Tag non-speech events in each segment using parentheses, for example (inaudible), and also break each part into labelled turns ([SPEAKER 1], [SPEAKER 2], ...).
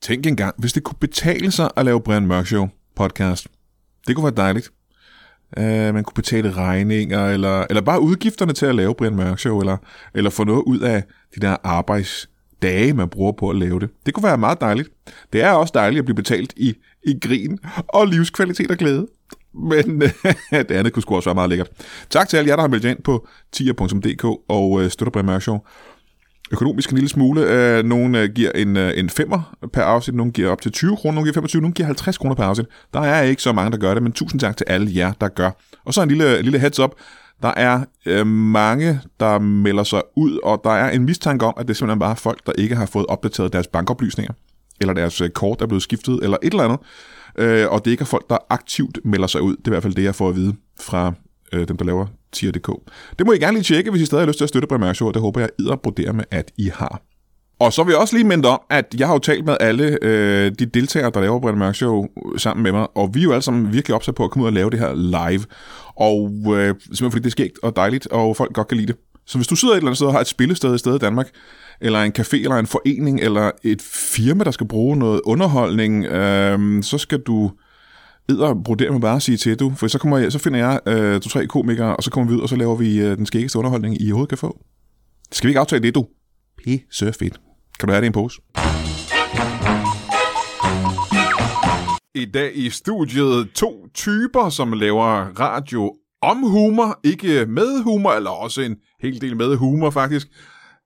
[SPEAKER 1] Tænk engang, hvis det kunne betale sig at lave Brian Mørk Show podcast. Det kunne være dejligt. Uh, man kunne betale regninger, eller, eller bare udgifterne til at lave Brian Mørk Show, eller, eller få noget ud af de der arbejdsdage, man bruger på at lave det. Det kunne være meget dejligt. Det er også dejligt at blive betalt i, i grin og livskvalitet og glæde. Men (laughs) det andet kunne sgu også være meget lækkert. Tak til alle jer, der har meldt jer ind på tier.dk og øh, støtter Brian Mørk Show økonomisk en lille smule. Øh, nogle øh, giver en, øh, en femmer per afsnit, nogle giver op til 20 kroner, nogle giver 25, nogle giver 50 kroner per afsnit. Der er ikke så mange, der gør det, men tusind tak til alle jer, der gør. Og så en lille, en lille heads up. Der er øh, mange, der melder sig ud, og der er en mistanke om, at det simpelthen bare er folk, der ikke har fået opdateret deres bankoplysninger, eller deres øh, kort er blevet skiftet, eller et eller andet. Øh, og det ikke er folk, der aktivt melder sig ud. Det er i hvert fald det, jeg får at vide fra øh, dem, der laver tier.dk. Det må I gerne lige tjekke, hvis I stadig har lyst til at støtte Brian Show, og det håber jeg idder med, at I har. Og så vil jeg også lige minde om, at jeg har jo talt med alle øh, de deltagere, der laver Brian Mørk Show øh, sammen med mig, og vi er jo alle sammen virkelig opsat på at komme ud og lave det her live. Og øh, simpelthen fordi det er skægt og dejligt, og folk godt kan lide det. Så hvis du sidder et eller andet sted og har et spillested et sted i Danmark, eller en café, eller en forening, eller et firma, der skal bruge noget underholdning, øh, så skal du edder brodere med bare at sige til, du. For så, kommer jeg, så finder jeg øh, to-tre komikere, og så kommer vi ud, og så laver vi øh, den skæggeste underholdning, I overhovedet kan få. Skal vi ikke aftale det, du? Pisse fedt. Kan du have det i en pose? I dag i studiet to typer, som laver radio om humor, ikke med humor, eller også en hel del med humor faktisk.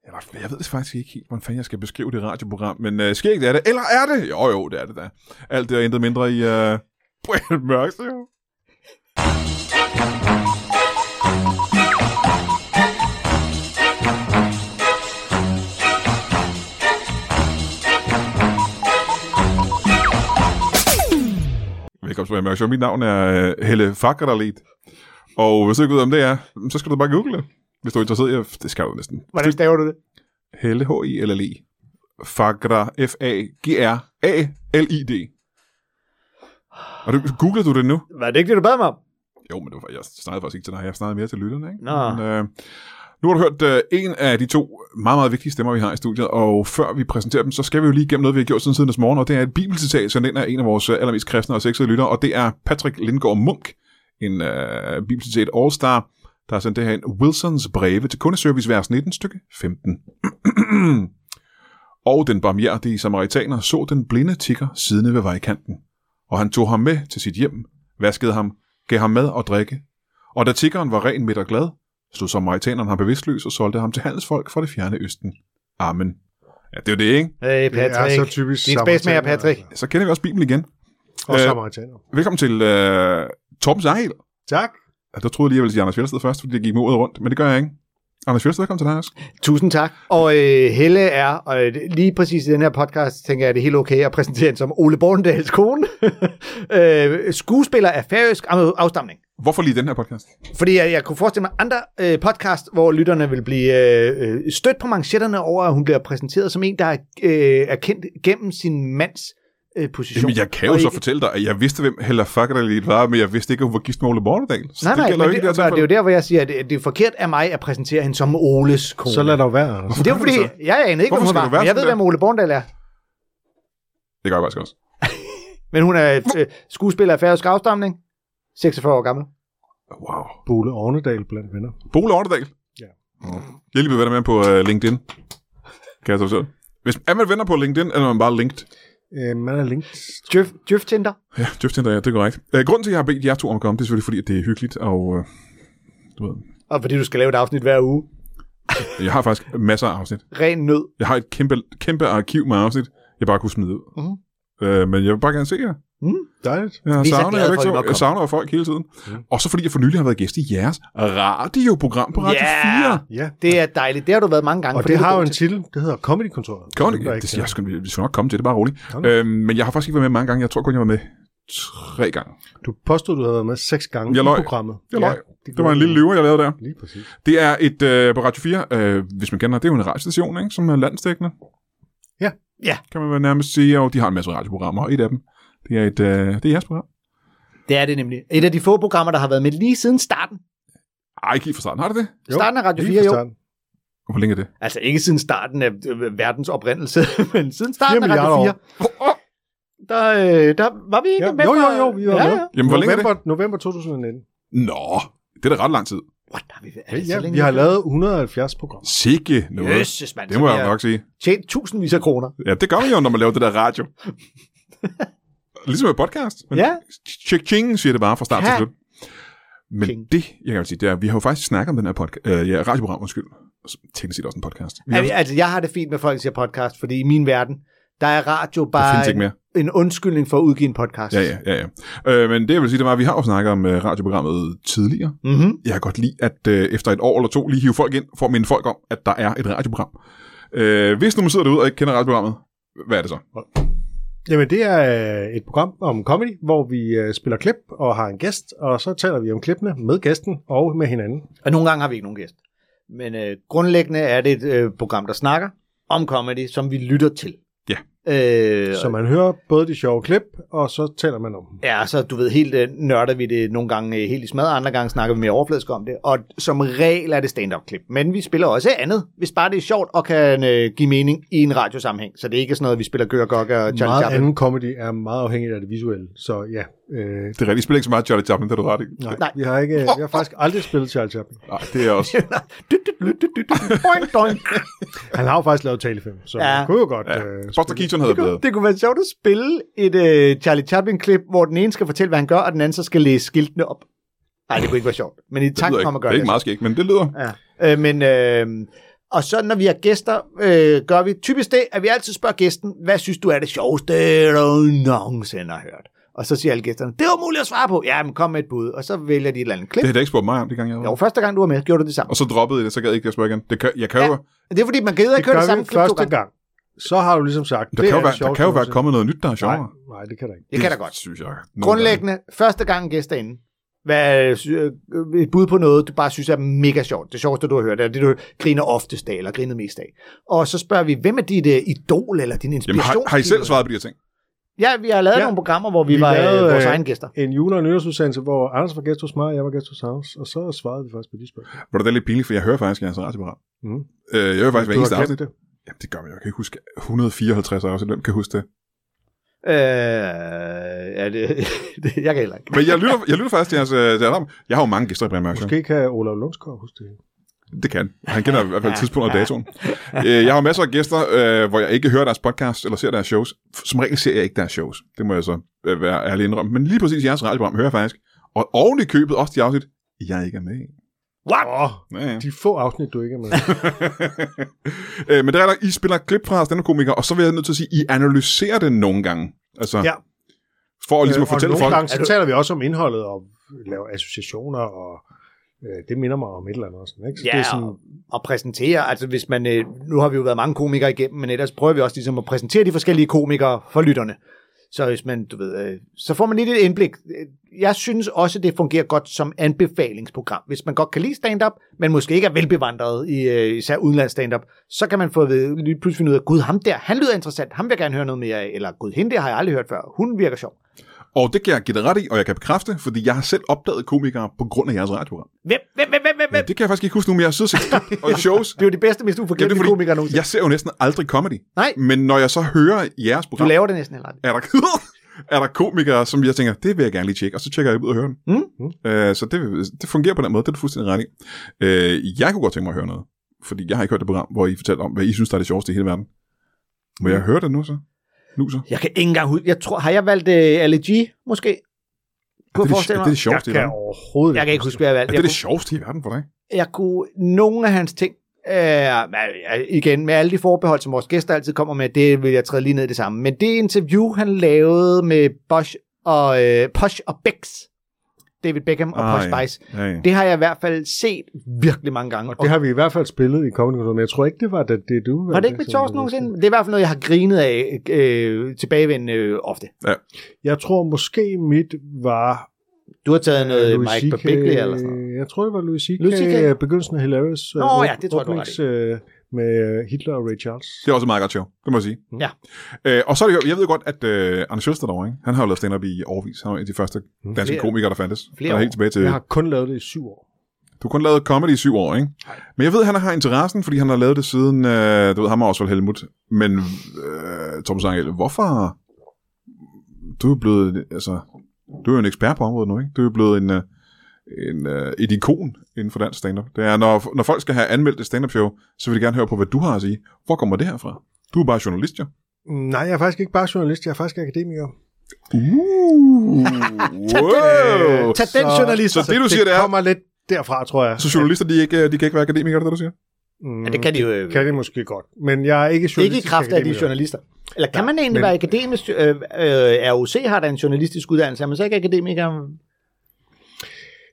[SPEAKER 1] Eller, Jeg ved faktisk ikke helt, hvordan fanden jeg skal beskrive det radioprogram, men øh, skægt er det, eller er det? Jo, jo, det er det da. Alt det er intet mindre i øh, (laughs) Brian Mørk Show. Velkommen til Brian Mørk Show. Mit navn er øh, Helle Fakkerdalit. Og hvis du ikke ved, om det er, så skal du bare google det. Hvis du er interesseret i at- Det skal du næsten.
[SPEAKER 2] Hvordan staver du det?
[SPEAKER 1] Helle, H-I-L-L-E. Fagra, F-A-G-R-A-L-I-D. Og du, googler du det nu?
[SPEAKER 2] Var det ikke det, du bad mig om?
[SPEAKER 1] Jo, men det var, jeg snakkede faktisk ikke til dig. Jeg snakkede mere til lytterne, ikke?
[SPEAKER 2] Nå.
[SPEAKER 1] Men, øh, nu har du hørt øh, en af de to meget, meget vigtige stemmer, vi har i studiet, og før vi præsenterer dem, så skal vi jo lige igennem noget, vi har gjort siden siden morgen, og det er et bibelcitat, så den er en af vores øh, allermest kristne og sexede lyttere, og det er Patrick Lindgaard Munk, en øh, bibelcitat All-Star, der har sendt det her ind, Wilsons breve til kundeservice, vers 19, stykke 15. (clears throat) og den barmhjertige samaritaner så den blinde tigger siddende ved vejkanten, og han tog ham med til sit hjem, vaskede ham, gav ham mad og drikke, og da tiggeren var ren, midt og glad, slog samaritaneren ham bevidstløs og solgte ham til handelsfolk fra det fjerne østen. Amen. Ja, det er jo det, ikke?
[SPEAKER 2] Hey, Patrick.
[SPEAKER 3] Det er så typisk
[SPEAKER 2] Din
[SPEAKER 3] altså.
[SPEAKER 2] spadsmager,
[SPEAKER 3] samaritaner.
[SPEAKER 2] Patrick.
[SPEAKER 1] Så kender vi også Bibelen igen.
[SPEAKER 3] Og
[SPEAKER 1] Øh.
[SPEAKER 3] samaritaner.
[SPEAKER 1] Velkommen til øh, Torben Sangel.
[SPEAKER 3] Tak.
[SPEAKER 1] Ja, der troede jeg lige, jeg ville sige Anders Fjeldsted først, fordi det gik med ordet rundt, men det gør jeg ikke. Anders Fjeldsted, velkommen til dig også.
[SPEAKER 2] Tusind tak. Og øh, Helle er, og øh, lige præcis i den her podcast, tænker jeg, det er helt okay at præsentere hende som Ole Borgendals kone. (laughs) øh, skuespiller af færøsk af- afstamning.
[SPEAKER 1] Hvorfor lige den her podcast?
[SPEAKER 2] Fordi jeg, jeg kunne forestille mig andre øh, podcast, hvor lytterne vil blive øh, øh, stødt på manchetterne over, at hun bliver præsenteret som en, der er, øh, er kendt gennem sin mands øh, position.
[SPEAKER 1] Jamen, jeg kan jo
[SPEAKER 2] Og
[SPEAKER 1] så
[SPEAKER 2] ikke-
[SPEAKER 1] fortælle dig, at jeg vidste, hvem Hella Fakkerdag lige var, men jeg vidste ikke, at hun var gift med Ole Bornedal. Så
[SPEAKER 2] Nej,
[SPEAKER 1] det
[SPEAKER 2] nej,
[SPEAKER 1] gælder
[SPEAKER 2] men
[SPEAKER 1] jo ikke
[SPEAKER 2] det, det,
[SPEAKER 1] der
[SPEAKER 2] det er jo der, hvor jeg siger, at det, det er forkert af mig at præsentere hende som Oles kone.
[SPEAKER 3] Så lad dog være, Anders.
[SPEAKER 2] Det er jo
[SPEAKER 1] Hvorfor gør
[SPEAKER 2] fordi,
[SPEAKER 1] du
[SPEAKER 2] jeg anede ikke,
[SPEAKER 1] Hvorfor skal
[SPEAKER 2] hvem hun var,
[SPEAKER 1] du være
[SPEAKER 2] men jeg
[SPEAKER 1] sådan
[SPEAKER 2] ved,
[SPEAKER 1] der?
[SPEAKER 2] hvem Ole Borndal er.
[SPEAKER 1] Det gør jeg faktisk også.
[SPEAKER 2] Men hun er øh, skuespiller af færøsk afstamning, 46 år gammel.
[SPEAKER 1] Wow.
[SPEAKER 3] Bole Ornedal blandt venner.
[SPEAKER 1] Bole Ornedal.
[SPEAKER 3] Ja.
[SPEAKER 1] Mm. Jeg er lige blevet venner med ham på uh, LinkedIn. Kan jeg så fortælle. Hvis er man venner på LinkedIn, eller er man bare linked?
[SPEAKER 3] Øh, man er linked.
[SPEAKER 2] Djøf, Djøf Tinder.
[SPEAKER 1] Ja, Jeff Tinder, ja, det er korrekt. Øh, grunden til, at jeg har bedt jer to om at komme, det er selvfølgelig, fordi at det er hyggeligt, og øh, du ved,
[SPEAKER 2] Og fordi du skal lave et afsnit hver uge.
[SPEAKER 1] jeg har faktisk masser af afsnit.
[SPEAKER 2] Ren nød.
[SPEAKER 1] Jeg har et kæmpe, kæmpe arkiv med afsnit, jeg bare kunne smide ud.
[SPEAKER 2] Mhm.
[SPEAKER 1] Mm-hmm. Øh, men jeg vil bare gerne se jer.
[SPEAKER 3] Dejligt.
[SPEAKER 1] Jeg
[SPEAKER 2] Vi er så
[SPEAKER 1] savner,
[SPEAKER 2] glade
[SPEAKER 1] jer
[SPEAKER 2] for,
[SPEAKER 1] begge
[SPEAKER 2] at I
[SPEAKER 1] to.
[SPEAKER 2] måtte komme. Mhm.
[SPEAKER 1] jeg savner jo folk hele tiden. Mm. Og så fordi jeg for nylig har været gæst i jeres radioprogram på Radio
[SPEAKER 2] Ja.
[SPEAKER 1] 4.
[SPEAKER 3] Ja.
[SPEAKER 2] Det er dejligt. Det har du været mange gange.
[SPEAKER 3] Og
[SPEAKER 2] for
[SPEAKER 3] det
[SPEAKER 2] er
[SPEAKER 3] har
[SPEAKER 2] du
[SPEAKER 3] jo
[SPEAKER 2] god
[SPEAKER 3] en
[SPEAKER 2] til.
[SPEAKER 3] titel. Det hedder Comedykontoret.
[SPEAKER 1] Kom,
[SPEAKER 3] Dem, der
[SPEAKER 1] det,
[SPEAKER 3] ikke
[SPEAKER 1] det,
[SPEAKER 3] kender.
[SPEAKER 1] jeg skal, vi skal nok komme til det, bare roligt.
[SPEAKER 3] Kom nu.
[SPEAKER 1] Øhm, men jeg har faktisk ikke været med mange gange. Jeg tror kun, jeg var med tre gange.
[SPEAKER 3] Du påstod, du havde været med seks gange
[SPEAKER 1] Jeg
[SPEAKER 3] i
[SPEAKER 1] løj.
[SPEAKER 3] programmet.
[SPEAKER 1] Jeg løj.
[SPEAKER 3] det
[SPEAKER 1] Det var en
[SPEAKER 2] Øh.
[SPEAKER 1] lille lyver, jeg lavede der.
[SPEAKER 3] Lige præcis.
[SPEAKER 1] Det er et øh, på Radio 4, øh, hvis man kender, det er jo en radiostation, ikke, som er landstækkende.
[SPEAKER 3] Ja.
[SPEAKER 2] Ja.
[SPEAKER 1] Kan man vel nærmest sige, og de har en masse radioprogrammer, og et af dem, det er, et, øh, det er jeres program.
[SPEAKER 2] Det er det nemlig. Et af de få programmer, der har været med lige siden starten.
[SPEAKER 1] Ej, ikke lige fra starten, har det det?
[SPEAKER 2] Starten af Radio
[SPEAKER 3] lige
[SPEAKER 2] 4,
[SPEAKER 3] fra
[SPEAKER 2] jo.
[SPEAKER 3] starten.
[SPEAKER 1] Og Hvor længe er det?
[SPEAKER 2] Altså ikke siden starten af øh, verdens oprindelse, (laughs) men siden starten af
[SPEAKER 3] milliarder
[SPEAKER 2] Radio
[SPEAKER 3] år.
[SPEAKER 2] 4. Der, øh, der var vi ikke
[SPEAKER 3] Ja.
[SPEAKER 2] med
[SPEAKER 3] Jo, jo,
[SPEAKER 2] fra-
[SPEAKER 3] jo, vi var
[SPEAKER 2] ja,
[SPEAKER 3] med.
[SPEAKER 2] ja.
[SPEAKER 1] Jamen, hvor længe er det?
[SPEAKER 3] november, november 2019.
[SPEAKER 1] Nå, det er da ret lang tid.
[SPEAKER 2] What, har vi, er
[SPEAKER 3] Ja,
[SPEAKER 2] det så
[SPEAKER 3] ja,
[SPEAKER 2] længe
[SPEAKER 3] vi har
[SPEAKER 2] nu?
[SPEAKER 3] lavet 170 programmer.
[SPEAKER 1] Sikke noget.
[SPEAKER 2] Jøsses, mand.
[SPEAKER 1] Det
[SPEAKER 2] så
[SPEAKER 1] må
[SPEAKER 2] vi
[SPEAKER 1] jeg jo
[SPEAKER 2] har
[SPEAKER 1] nok sige.
[SPEAKER 2] Tjent tusindvis af kroner.
[SPEAKER 1] Ja, det gør man jo, når man laver det der
[SPEAKER 2] (laughs)
[SPEAKER 1] radio. ligesom med podcast. Men
[SPEAKER 2] Ja.
[SPEAKER 1] Tjek ching siger det bare fra start
[SPEAKER 2] Ja.
[SPEAKER 1] til slut. Men
[SPEAKER 2] Ching.
[SPEAKER 1] det, jeg kan sige, det er, at vi har jo faktisk snakket om den her podcast, øh, ja, radioprogram, undskyld. Som Teknisk set også en podcast. Vi har,
[SPEAKER 2] Ja. Altså, jeg har det fint med, at folk siger podcast, fordi i min verden, der er radio bare
[SPEAKER 1] findes ikke mere.
[SPEAKER 2] en, en undskyldning for at udgive en podcast.
[SPEAKER 1] Ja, ja, ja. ja. Øh, men det, jeg vil sige, det var, at vi har jo snakket om øh, radioprogrammet tidligere.
[SPEAKER 2] Mm-hmm.
[SPEAKER 1] Jeg kan godt lide, at øh, efter et år eller to, lige hive folk ind, for at minde folk om, at der er et radioprogram. Øh, hvis nu man sidder derude og ikke kender radioprogrammet, hvad er det så?
[SPEAKER 3] Jamen, det er øh, et program om comedy, hvor vi øh, spiller klip og har en gæst, og så taler vi om klippene med gæsten og med hinanden.
[SPEAKER 2] Og nogle gange har vi ikke nogen gæst. Men øh, grundlæggende er det et øh, program, der snakker om comedy, som vi lytter til.
[SPEAKER 1] Ja.
[SPEAKER 2] Øh,
[SPEAKER 3] Så man hører både de sjove klip, og så taler man om dem.
[SPEAKER 2] Ja, så du ved, helt øh, nørder vi det nogle gange øh, helt i smad, andre gange snakker vi mere overfladisk om det. Og som regel er det stand-up-klip. Men vi spiller også andet, hvis bare det er sjovt og kan øh, give mening i en radiosammenhæng. Så det er ikke sådan noget, vi spiller Gør Gok og Charlie
[SPEAKER 3] meget
[SPEAKER 2] Chaplin.
[SPEAKER 3] anden comedy er meget afhængigt af det visuelle, så ja. Øh,
[SPEAKER 1] Det er rigtigt. Vi spiller ikke så meget Charlie Chaplin, det er du ret i.
[SPEAKER 3] nej,
[SPEAKER 2] Nej.
[SPEAKER 3] nej, vi har ikke, jeg har faktisk aldrig spillet Charles Chaplin.
[SPEAKER 1] Nej, det er
[SPEAKER 2] (laughs)
[SPEAKER 1] også...
[SPEAKER 2] Dyt, dyt, dyt, dyt, dyt, dyt. Boing, boing.
[SPEAKER 3] Han har jo faktisk lavet talefilm, så
[SPEAKER 2] Ja.
[SPEAKER 3] ja. han kunne jo godt...
[SPEAKER 1] Ja.
[SPEAKER 3] Øh,
[SPEAKER 1] Buster
[SPEAKER 3] spille-
[SPEAKER 1] Keaton havde
[SPEAKER 2] Det kunne,
[SPEAKER 1] været.
[SPEAKER 2] det kunne være sjovt at spille et øh, Charlie Chaplin-klip, hvor den ene skal fortælle, hvad han gør, og den anden så skal læse skiltene op. Nej, det kunne ikke være sjovt. Men i
[SPEAKER 1] lyder
[SPEAKER 2] tanken om
[SPEAKER 1] ikke,
[SPEAKER 2] at gøre
[SPEAKER 1] det er ikke
[SPEAKER 2] det.
[SPEAKER 1] meget skægt, men det lyder...
[SPEAKER 2] Ja. Øh, men, øh, og så når vi har gæster, øh, gør vi typisk det, at vi altid spørger gæsten, hvad synes du er det sjoveste, du nogensinde har hørt? Og så siger alle gæsterne, det var muligt at svare på. Ja, men kom med et bud. Og så vælger de et eller andet klip.
[SPEAKER 1] Det
[SPEAKER 2] Det...
[SPEAKER 1] havde jeg ikke spurgt mig om, det gang jeg var.
[SPEAKER 2] Jo, første gang du var med, gjorde du det samme.
[SPEAKER 1] Og så droppede jeg det, så gad jeg ikke at spørge igen. Det kan, jeg kan jo,
[SPEAKER 2] Ja, Det er fordi, man gider
[SPEAKER 3] Det
[SPEAKER 2] ikke høre
[SPEAKER 3] gør
[SPEAKER 2] det samme
[SPEAKER 3] vi
[SPEAKER 2] klip to
[SPEAKER 3] første
[SPEAKER 2] gange.
[SPEAKER 3] gang. Så har du ligesom sagt,
[SPEAKER 1] der,
[SPEAKER 3] det
[SPEAKER 1] kan
[SPEAKER 3] er
[SPEAKER 1] jo være,
[SPEAKER 3] det
[SPEAKER 1] der kan jo være
[SPEAKER 3] sjoveste
[SPEAKER 1] kommet noget nyt, der er sjovere.
[SPEAKER 3] nogensinde. Nej, nej, det kan der ikke.
[SPEAKER 2] Det kan da godt.
[SPEAKER 1] synes jeg. nogle
[SPEAKER 2] Grundlæggende, første gang gæster inde. Hvad, sy- øh, et bud på noget, du bare synes er mega sjovt. Det sjoveste, du har hørt, er det, du griner oftest af, eller griner mest af. Og så spørger vi, hvem er dit øh, idol, eller din
[SPEAKER 1] gange. Jamen,
[SPEAKER 2] inspiration?
[SPEAKER 1] har, har I selv svaret på de her ting?
[SPEAKER 2] Ja, vi har lavet ja.
[SPEAKER 3] Ja.
[SPEAKER 2] nogle programmer, hvor vi, vi
[SPEAKER 3] Vi
[SPEAKER 2] var lavede,
[SPEAKER 3] lavede,
[SPEAKER 2] vores
[SPEAKER 3] øh,
[SPEAKER 2] egne gæster.
[SPEAKER 3] En jule- og nytårsudsendelse, hvor Anders var gæst hos mig, og jeg var gæst hos Anders, og så svarede vi faktisk på de spørgsmål.
[SPEAKER 1] Hvor det er lidt pinligt, for jeg hører faktisk jeres radioprogram.
[SPEAKER 3] Mm.
[SPEAKER 1] Øh, jeg hører faktisk hver
[SPEAKER 3] Du
[SPEAKER 1] eneste
[SPEAKER 3] har glemt
[SPEAKER 1] afsnit.
[SPEAKER 3] det.
[SPEAKER 1] Jamen, det gør man jo. Jeg kan ikke huske 154 afsnit. Hvem kan huske det?
[SPEAKER 2] Øh, ja, det, (laughs) det, jeg kan heller ikke.
[SPEAKER 1] Men jeg lytter, jeg lytter faktisk til jeres øh, til alarm. Jeg har jo mange gæster i Brian Mørk Show.
[SPEAKER 3] Måske kan Olaf Lundsgaard huske det.
[SPEAKER 1] Det kan. Han kender i hvert fald tidspunktet og datoen. Øh, Jeg har masser af gæster, øh, hvor jeg ikke hører deres podcast eller ser deres shows. Som regel ser jeg ikke deres shows. Det må jeg så øh, være ærlig indrømme. Men lige præcis jeres radioprogram hører jeg faktisk. Og oven i købet også de afsnit, jeg ikke er med i.
[SPEAKER 2] What?
[SPEAKER 3] Åh,
[SPEAKER 1] Ja, ja.
[SPEAKER 3] de få afsnit, du ikke er med.
[SPEAKER 1] (laughs) Øh, Men der er der, I spiller klip fra stand og så vil jeg nødt til at sige, I analyserer det nogle gange. Altså,
[SPEAKER 3] Ja.
[SPEAKER 1] for at, ligesom at
[SPEAKER 3] Øh, og
[SPEAKER 1] fortælle
[SPEAKER 3] nogle
[SPEAKER 1] folk,
[SPEAKER 3] gange, så
[SPEAKER 2] Er du-
[SPEAKER 3] taler vi også om indholdet og laver associationer, og øh, det minder mig om et eller andet. og Sådan, ikke? Så
[SPEAKER 2] Ja,
[SPEAKER 3] det er
[SPEAKER 2] sådan...
[SPEAKER 3] sådan,
[SPEAKER 2] og, og præsentere, altså hvis man, øh, nu har vi jo været mange komikere igennem, men ellers prøver vi også ligesom at præsentere de forskellige komikere for lytterne. Så hvis man, du ved, øh, så får man lidt et indblik. Jeg synes også, det fungerer godt som anbefalingsprogram. Hvis man godt kan lide stand-up, men måske ikke er velbevandret i øh, især udenlands stand-up, så kan man få at vide, lige pludselig finde ud af, gud, ham der, han lyder interessant, ham vil jeg gerne høre noget mere af, eller gud, hende der har jeg aldrig hørt før, hun virker sjov.
[SPEAKER 1] og det kan jeg give dig ret i, og jeg kan bekræfte, fordi jeg har selv opdaget komikere på grund af jeres radioprogram.
[SPEAKER 2] Hvem, hvem, hvem, hvem, hvem,
[SPEAKER 1] Men det kan jeg faktisk ikke huske nu, men jeg sidder set klip
[SPEAKER 3] (laughs)
[SPEAKER 1] og shows.
[SPEAKER 2] Det er jo de bedste, mest
[SPEAKER 1] Ja, det
[SPEAKER 2] uforglemmelige
[SPEAKER 1] er
[SPEAKER 2] ja, komikere
[SPEAKER 1] fordi,
[SPEAKER 2] nogensinde.
[SPEAKER 1] jeg ser jo næsten aldrig comedy.
[SPEAKER 2] Nej,
[SPEAKER 1] Men når jeg så hører jeres
[SPEAKER 2] du
[SPEAKER 1] program,
[SPEAKER 2] laver det næsten heller aldrig.
[SPEAKER 1] er der, (laughs) er der komikere, som jeg tænker, det vil jeg gerne lige tjekke, og så tjekker jeg ud og hører den.
[SPEAKER 2] Mm.
[SPEAKER 1] Øh, så det, det fungerer på den måde, det er du fuldstændig ret i. Øh, jeg kunne godt tænke mig at høre noget, fordi jeg har ikke hørt det program, hvor I fortæller om, hvad I synes, der er det sjoveste i hele verden. Må
[SPEAKER 2] Mm.
[SPEAKER 1] jeg høre det nu så? Nu så?
[SPEAKER 2] Jeg kan ikke engang huske. Jeg tror, har jeg valgt øh, allergi, måske?
[SPEAKER 1] Er
[SPEAKER 2] Kunne
[SPEAKER 1] det,
[SPEAKER 2] jeg
[SPEAKER 1] det, er
[SPEAKER 2] forestille
[SPEAKER 1] det
[SPEAKER 2] mig?
[SPEAKER 1] det sjoveste
[SPEAKER 3] jeg
[SPEAKER 1] i
[SPEAKER 3] kan
[SPEAKER 1] verden?
[SPEAKER 3] overhovedet
[SPEAKER 2] Jeg kan ikke huske, hvad jeg
[SPEAKER 1] Er
[SPEAKER 2] valgte.
[SPEAKER 1] altså. det
[SPEAKER 2] Jeg,
[SPEAKER 1] det
[SPEAKER 2] kunne,
[SPEAKER 1] sjoveste i verden for dig?
[SPEAKER 2] jeg kunne nogle af hans ting, øh, igen, med alle de forbehold, som vores gæster altid kommer med, det vil jeg træde lige ned i det samme. Men det interview, han lavede med Bosch og, øh, Posh og Bex, David Beckham og
[SPEAKER 1] Ah,
[SPEAKER 2] Posh
[SPEAKER 1] ja.
[SPEAKER 2] Spice,
[SPEAKER 1] Ja, ja.
[SPEAKER 2] det har jeg i hvert fald set virkelig mange gange.
[SPEAKER 3] Og det har vi i hvert fald spillet i Comedy Control, men jeg tror ikke, det var det, det du
[SPEAKER 2] var det ikke med Thorsten nogensinde? Det er i hvert fald noget, jeg har grinet af øh, tilbagevendende øh, ofte.
[SPEAKER 3] Jeg tror måske mit var...
[SPEAKER 2] Du har taget noget
[SPEAKER 3] Louis
[SPEAKER 2] Mike
[SPEAKER 3] CK
[SPEAKER 2] Babiglia eller
[SPEAKER 1] øh,
[SPEAKER 2] sådan noget.
[SPEAKER 3] Jeg tror, det var Louis C.K.
[SPEAKER 2] Louis CK?
[SPEAKER 3] øh, Begyndelsen af Hilarious. øh,
[SPEAKER 2] Nå, ja, det tror jeg, du har
[SPEAKER 3] åbnings, øh, Med Hitler og Ray Charles.
[SPEAKER 1] Det er også et meget godt show, det må jeg sige.
[SPEAKER 2] Ja.
[SPEAKER 1] Øh, og så er det jo, jeg ved jo godt, at øh, Anders Sjøster derovre, ikke? han har jo lavet stand-up i årvis. Han var en af de første danske
[SPEAKER 2] Mm. Flere-
[SPEAKER 1] komikere, der fandtes.
[SPEAKER 2] flere
[SPEAKER 1] Han er helt
[SPEAKER 2] år.
[SPEAKER 1] tilbage til...
[SPEAKER 3] Jeg har kun lavet det i syv år.
[SPEAKER 1] Du har kun lavet comedy i syv år, ikke? Men jeg ved, han har interessen, fordi han har lavet det siden, øh, du ved, ham og Osvald Helmut. Men øh, Tom Sangel, hvorfor? Du er blevet, altså, du er jo en ekspert på området nu, ikke? Du er jo blevet en, øh, en, øh, et ikon inden for dansk stand-up. Det er, når, når folk skal have anmeldt et stand-up show, så vil de gerne høre på, hvad du har at sige. Hvor kommer det her fra? Du er bare journalist, jo.
[SPEAKER 3] Nej, jeg er faktisk ikke bare journalist, jeg er faktisk akademiker.
[SPEAKER 1] Uh, wow.
[SPEAKER 2] Tag den
[SPEAKER 3] Øh, Så-
[SPEAKER 2] journalist.
[SPEAKER 1] Så det, du siger, det
[SPEAKER 3] det
[SPEAKER 1] er...
[SPEAKER 3] kommer lidt derfra, tror jeg.
[SPEAKER 1] Så journalister, de, ikke, øh, de kan ikke være akademikere, er det det, du siger?
[SPEAKER 3] Mm,
[SPEAKER 2] Ja, det kan de jo øh,
[SPEAKER 3] kan det måske godt, men jeg er ikke journalist.
[SPEAKER 2] ikke i kraft af, at de er journalister. Eller kan
[SPEAKER 3] Nej,
[SPEAKER 2] man egentlig
[SPEAKER 3] men-
[SPEAKER 2] være akademisk? Øh, øh, ROC har da en journalistisk uddannelse. Er man så ikke akademiker?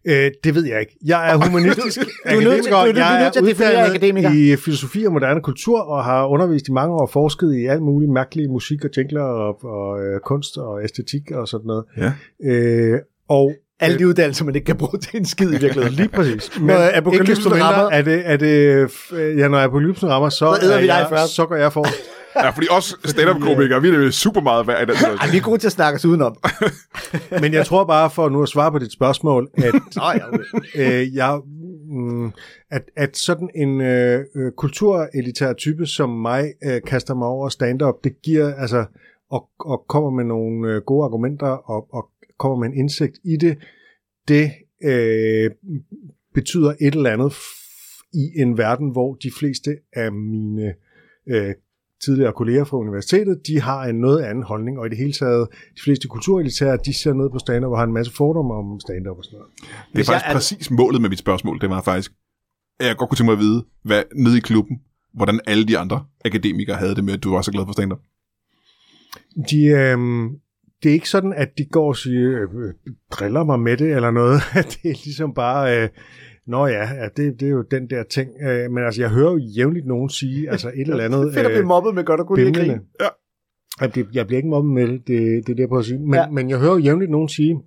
[SPEAKER 3] Øh, det ved jeg ikke. Jeg er humanistisk
[SPEAKER 2] er nødt til-
[SPEAKER 3] akademiker.
[SPEAKER 2] (laughs) du er nødt- du er
[SPEAKER 3] Jeg
[SPEAKER 2] nødt til at definere akademiker.
[SPEAKER 3] i øh, filosofi og moderne kultur, og har undervist i mange år og forsket i alt muligt mærkelige musik og jingler og, og øh, kunst og æstetik og sådan noget.
[SPEAKER 1] Ja.
[SPEAKER 3] Øh, og
[SPEAKER 2] Alle de uddannelser, man ikke kan bruge (laughs) til en skid i virkeligheden.
[SPEAKER 3] Lige præcis. Men
[SPEAKER 2] Når
[SPEAKER 3] ikke
[SPEAKER 2] apokalypsen
[SPEAKER 3] desto mindre
[SPEAKER 2] rammer-
[SPEAKER 3] Er det, er det, øh, ja, når apokalypsen rammer, så,
[SPEAKER 2] Så æder
[SPEAKER 3] er
[SPEAKER 2] vi dig
[SPEAKER 3] jeg,
[SPEAKER 2] først.
[SPEAKER 3] så går jeg
[SPEAKER 2] (laughs)
[SPEAKER 3] for.
[SPEAKER 1] Ja, fordi øh, også stand-up-komikere, vi er nemlig super meget værd i den
[SPEAKER 2] Ej,
[SPEAKER 1] situation.
[SPEAKER 2] vi er gode til at snakke os (laughs) udenom.
[SPEAKER 3] Men jeg tror bare, for nu at svare på dit spørgsmål, at,
[SPEAKER 2] Nå, ja, okay.
[SPEAKER 3] øh, jeg, mm, at, at sådan en øh, øh, kulturelitær type som mig øh, kaster mig over stand-up, det giver altså, og, og kommer med nogle øh, gode argumenter, og, og kommer med en indsigt i det, det øh, betyder et eller andet f- i en verden, hvor de fleste af mine øh, tidligere kolleger fra universitetet, de har en noget anden holdning, og i det hele taget, de fleste kulturelitære, de ser ned på stand-up og har en masse fordomme om stand-up og sådan noget.
[SPEAKER 1] Det er
[SPEAKER 2] Hvis jeg
[SPEAKER 1] faktisk
[SPEAKER 2] er-
[SPEAKER 1] præcis målet med mit spørgsmål. Det var faktisk, at jeg godt kunne tænke mig at vide, hvad nede i klubben, hvordan alle de andre akademikere havde det med, at du var så glad for stand-up.
[SPEAKER 3] De, øh, det er ikke sådan, at de går og siger, øh, øh, driller mig med det eller noget. (laughs) det er ligesom bare, øh, nå ja, ja det, det er jo den der ting. Øh, men altså, jeg hører jo jævnligt nogen sige altså
[SPEAKER 2] (laughs)
[SPEAKER 3] et eller andet.
[SPEAKER 2] Fedt at blive mobbet med godt og kunne lide at grine.
[SPEAKER 3] bimlende. Jeg bliver, jeg bliver ikke mobbet med det, det, det er det, jeg prøver at sige. Men,
[SPEAKER 2] Ja.
[SPEAKER 3] ja. men jeg hører jo jævnligt nogen sige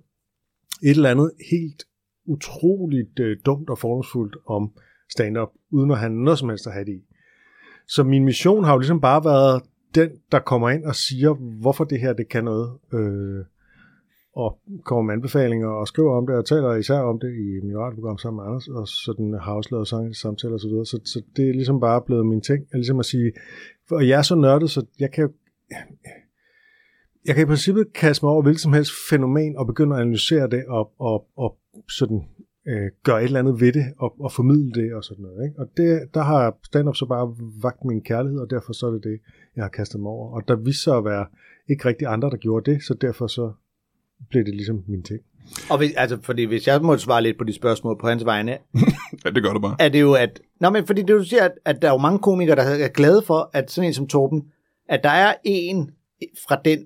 [SPEAKER 3] et eller andet helt utroligt øh, dumt og fordomsfuldt om stand-up, uden at have noget som helst at have det i. Så min mission har jo ligesom bare været den, der kommer ind og siger, hvorfor det her, det kan noget. Øh, og kommer med anbefalinger og skriver om det, og taler især om det i mit radioprogram sammen med Anders, og sådan har også lavet sang, samtaler osv. Så, videre. så, så det er ligesom bare blevet min ting, at ligesom at sige, og jeg er så nørdet, så jeg kan jo jeg kan i princippet kaste mig over hvilket som helst fænomen og begynde at analysere det og, og, og sådan, øh, gøre et eller andet ved det og, og formidle det og sådan noget. Ikke? Og det, der har stand-up så bare vagt min kærlighed, og derfor så er det det, jeg har kastet mig over. Og der viste sig at være ikke rigtig andre, der gjorde det, så derfor så blev det ligesom min ting.
[SPEAKER 2] Og hvis, altså, fordi hvis jeg måtte svare lidt på de spørgsmål på hans vegne,
[SPEAKER 1] Ja, det gør du bare.
[SPEAKER 2] er det jo, at... Nå, men fordi det du siger, at, at der er jo mange komikere, der er glade for, at sådan en som Torben, at der er en fra den